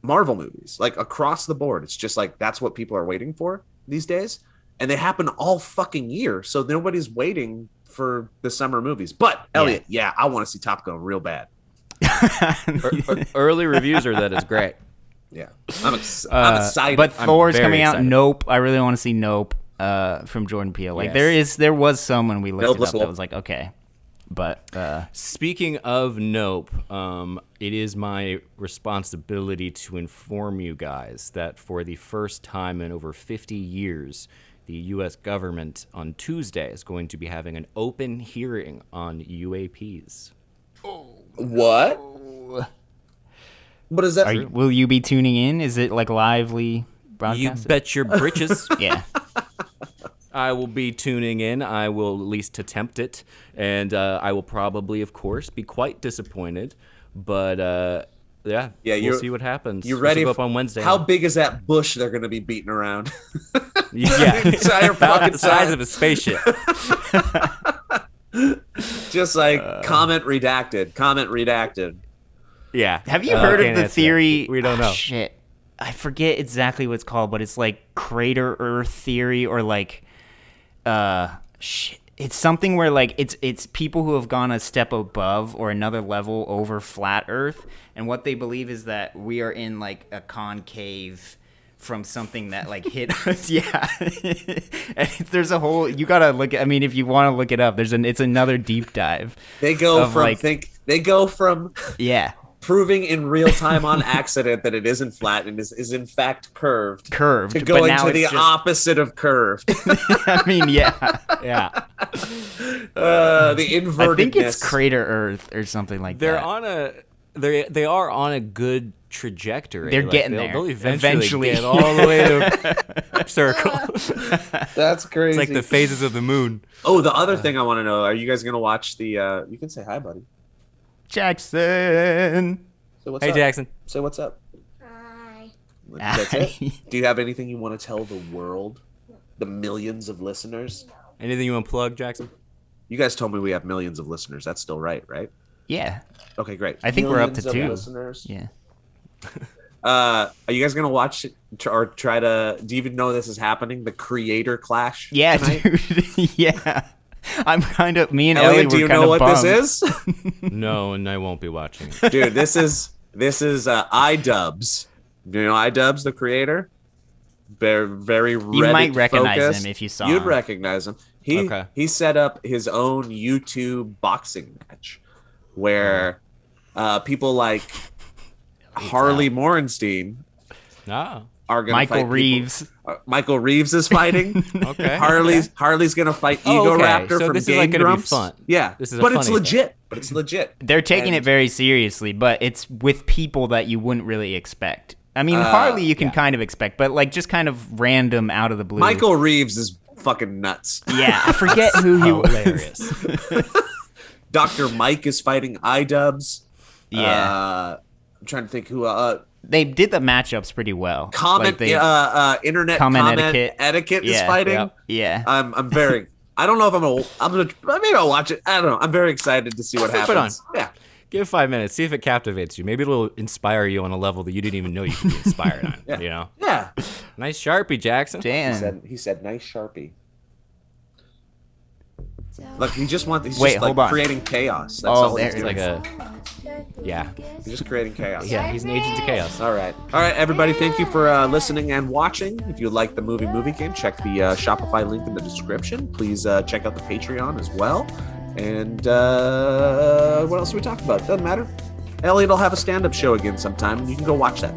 Speaker 2: Marvel movies, like across the board. It's just like that's what people are waiting for these days, and they happen all fucking year. So nobody's waiting for the summer movies. But Elliot, yeah, I want to see Top Gun real bad.
Speaker 1: Ear- Early reviews are that it's [laughs] great.
Speaker 2: Yeah,
Speaker 4: [laughs]
Speaker 2: I'm, ex-
Speaker 4: Uh,
Speaker 2: I'm excited.
Speaker 4: But
Speaker 1: I'm
Speaker 4: Thor's
Speaker 1: very
Speaker 4: coming out.
Speaker 1: excited.
Speaker 4: Nope. I really want to see Nope uh, from Jordan Peele. Like there
Speaker 1: Yes.
Speaker 4: is there was someone we
Speaker 2: Nope
Speaker 4: looked it
Speaker 2: was
Speaker 4: up that
Speaker 2: cool.
Speaker 4: was like okay, but uh,
Speaker 1: Speaking of Nope, um, it is my responsibility to inform you guys that for the first time in over 50 years, the U.S. government on Tuesday is going to be having an open hearing on UAPs.
Speaker 2: what? What is that?
Speaker 4: are you, will you be tuning in? Is it like lively
Speaker 1: You
Speaker 4: broadcast?
Speaker 1: bet your britches.
Speaker 4: yeah.
Speaker 1: I will be tuning in. I will at least attempt it, and uh, I will probably, of course, be quite disappointed. But uh, yeah,
Speaker 2: Yeah,
Speaker 1: we'll
Speaker 2: you're-
Speaker 1: see what happens.
Speaker 2: You
Speaker 1: This
Speaker 2: ready?
Speaker 1: will go
Speaker 2: f-
Speaker 1: up on Wednesday.
Speaker 2: How big is that bush they're going to be beating around?
Speaker 1: [laughs] yeah,
Speaker 2: [laughs]
Speaker 1: [laughs]
Speaker 2: Entire
Speaker 1: about
Speaker 2: fucking
Speaker 1: the size
Speaker 2: time.
Speaker 1: of a
Speaker 2: [laughs]
Speaker 1: spaceship.
Speaker 2: Just like
Speaker 1: Uh.
Speaker 2: comment redacted, comment redacted.
Speaker 1: Yeah.
Speaker 4: Have you
Speaker 1: Uh,
Speaker 4: heard
Speaker 1: can't
Speaker 4: of the
Speaker 1: answer.
Speaker 4: theory?
Speaker 1: We don't
Speaker 4: Ah,
Speaker 1: know.
Speaker 4: shit, I forget exactly what it's called, but it's like crater Earth theory or like, uh, shit. It's something where like it's it's people who have gone a step above or another level over flat Earth, and what they believe is that we are in like a concave from something that like hit [laughs] us. Yeah, and there's a whole you gotta look. I mean, if you want to look it up, there's an it's another deep dive.
Speaker 2: They go
Speaker 4: Of,
Speaker 2: from
Speaker 4: like-
Speaker 2: think they go from
Speaker 4: Yeah,
Speaker 2: proving in real time on [laughs] accident that it isn't flat and is, is in fact curved
Speaker 4: curved.
Speaker 2: to
Speaker 4: but
Speaker 2: going
Speaker 4: now
Speaker 2: to the
Speaker 4: it's just-
Speaker 2: opposite
Speaker 1: [laughs]
Speaker 2: of curved.
Speaker 4: [laughs] I mean, yeah.
Speaker 1: Yeah.
Speaker 2: Uh, the inverted.
Speaker 4: I think it's Crater Earth or something like
Speaker 1: They're
Speaker 4: that.
Speaker 1: on a they they are on a good trajectory.
Speaker 4: They're
Speaker 1: Like,
Speaker 4: getting
Speaker 1: they'll,
Speaker 4: there.
Speaker 1: They'll eventually,
Speaker 4: Eventually.
Speaker 1: get all the way
Speaker 4: [laughs]
Speaker 1: to circle. it's
Speaker 2: That's crazy.
Speaker 1: like the uh, phases of the moon.
Speaker 2: oh, the other thing I want to know: Are you guys going to watch the? Uh, you can say hi, buddy.
Speaker 4: Jackson.
Speaker 2: So what's
Speaker 1: Hey
Speaker 2: up?
Speaker 1: Jackson.
Speaker 2: Say what's up.
Speaker 3: Hi.
Speaker 4: [laughs]
Speaker 2: That's it. Do you have anything you want to tell the world, the millions of listeners?
Speaker 1: Anything you want to plug, Jackson?
Speaker 2: You guys told me we have millions of listeners. That's still right, right?
Speaker 4: yeah.
Speaker 2: Okay, great.
Speaker 4: I think we're up to
Speaker 2: Millions of
Speaker 4: two.
Speaker 2: listeners.
Speaker 4: Yeah.
Speaker 2: Uh, are you guys gonna watch it tr- or try to? Do you even know this is happening? The creator clash.
Speaker 4: Yeah,
Speaker 2: tonight?
Speaker 4: [laughs] dude. yeah. I'm kind of me and Ellie
Speaker 2: Elliot,
Speaker 4: were
Speaker 2: do you
Speaker 4: kind
Speaker 2: know
Speaker 4: of
Speaker 2: what
Speaker 4: bummed.
Speaker 2: this is, [laughs]
Speaker 1: no, and I won't be watching. it.
Speaker 2: dude? This is this is uh, iDubbbz. Do you know iDubbbz, the creator? Very very.
Speaker 4: You might
Speaker 2: Reddit
Speaker 4: recognize
Speaker 2: focused.
Speaker 4: him if you saw
Speaker 2: You'd
Speaker 4: him.
Speaker 2: recognize him. He
Speaker 1: Okay.
Speaker 2: he set up his own YouTube boxing match. where
Speaker 1: Oh.
Speaker 2: uh,
Speaker 1: [sighs]
Speaker 2: people like Harley
Speaker 1: uh,
Speaker 2: Morenstein
Speaker 1: Ah,
Speaker 2: are going to
Speaker 4: Michael Reeves.
Speaker 2: Uh, Michael Reeves is fighting.
Speaker 1: [laughs] okay.
Speaker 2: [laughs] Harley's Harley's going to fight
Speaker 1: Oh,
Speaker 2: Ego
Speaker 1: okay.
Speaker 2: Raptor
Speaker 1: So
Speaker 2: from
Speaker 1: this is,
Speaker 2: Game
Speaker 1: like, gonna be
Speaker 2: Grumps.
Speaker 1: fun.
Speaker 2: Yeah,
Speaker 1: This is a
Speaker 2: but
Speaker 1: funny
Speaker 2: it's
Speaker 1: thing.
Speaker 2: legit. But it's legit.
Speaker 4: They're taking
Speaker 2: And-
Speaker 4: it very seriously, but it's with people that you wouldn't really expect. I mean,
Speaker 2: Uh,
Speaker 4: Harley you can kind of expect, but like just kind of random out of the blue.
Speaker 2: Michael Reeves is fucking nuts.
Speaker 4: Yeah, I forget who he was.
Speaker 1: hilarious.
Speaker 2: [laughs] Doctor Mike is fighting iDubbbz.
Speaker 4: Yeah.
Speaker 2: Uh, I'm trying to think who. Uh,
Speaker 4: they did the matchups pretty well.
Speaker 2: comment,
Speaker 4: Like, they-
Speaker 2: uh, uh, internet
Speaker 4: Comment
Speaker 2: comment,
Speaker 4: etiquette.
Speaker 2: etiquette, is
Speaker 4: Yeah,
Speaker 2: fighting. Uh,
Speaker 1: yeah.
Speaker 4: yeah.
Speaker 2: I'm, I'm very. I don't know if I'm gonna. I'm gonna. Maybe I'll watch it. I don't know. I'm very excited to see what
Speaker 1: Flip it
Speaker 2: happens. Yeah.
Speaker 1: Give it five minutes, see if it captivates you. Maybe it'll inspire you on a level that you didn't even know you could be inspired on.
Speaker 2: [laughs] Yeah.
Speaker 1: You know,
Speaker 2: Yeah.
Speaker 1: nice sharpie, Jackson.
Speaker 4: [laughs]
Speaker 2: He
Speaker 4: Damn.
Speaker 2: said. He said. Nice sharpie. Look, he just wants. He's
Speaker 4: Wait,
Speaker 2: just like
Speaker 4: hold on.
Speaker 2: creating chaos. That's
Speaker 4: Oh,
Speaker 2: all
Speaker 4: there
Speaker 2: he's
Speaker 4: it
Speaker 1: It's
Speaker 2: doing.
Speaker 1: like a yeah.
Speaker 2: He's just creating chaos.
Speaker 1: yeah. He's an agent of chaos.
Speaker 2: All right. All right, everybody. Thank you for uh, listening and watching. If you like the movie movie game, check the uh, Shopify link in the description. Please uh, check out the Patreon as well. And uh, what else do we talk about? Doesn't matter. Elliot will have a stand up show again sometime, and you can go watch that.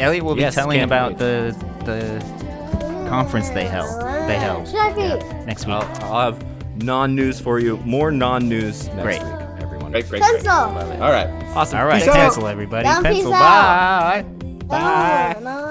Speaker 4: Elliot will be
Speaker 1: Yes,
Speaker 4: telling
Speaker 1: can't
Speaker 4: about
Speaker 1: wait.
Speaker 4: the the conference they held. They held yeah, next week.
Speaker 1: I'll, I'll have non-news for you. More non-news next
Speaker 4: Great.
Speaker 1: week, everyone.
Speaker 2: Great, great, great.
Speaker 5: Pencil.
Speaker 2: All right.
Speaker 1: Awesome.
Speaker 4: All right,
Speaker 1: Peace out.
Speaker 4: pencil everybody.
Speaker 5: Down,
Speaker 4: Pencil.
Speaker 5: peace out.
Speaker 4: Bye. Bye.
Speaker 5: No, no.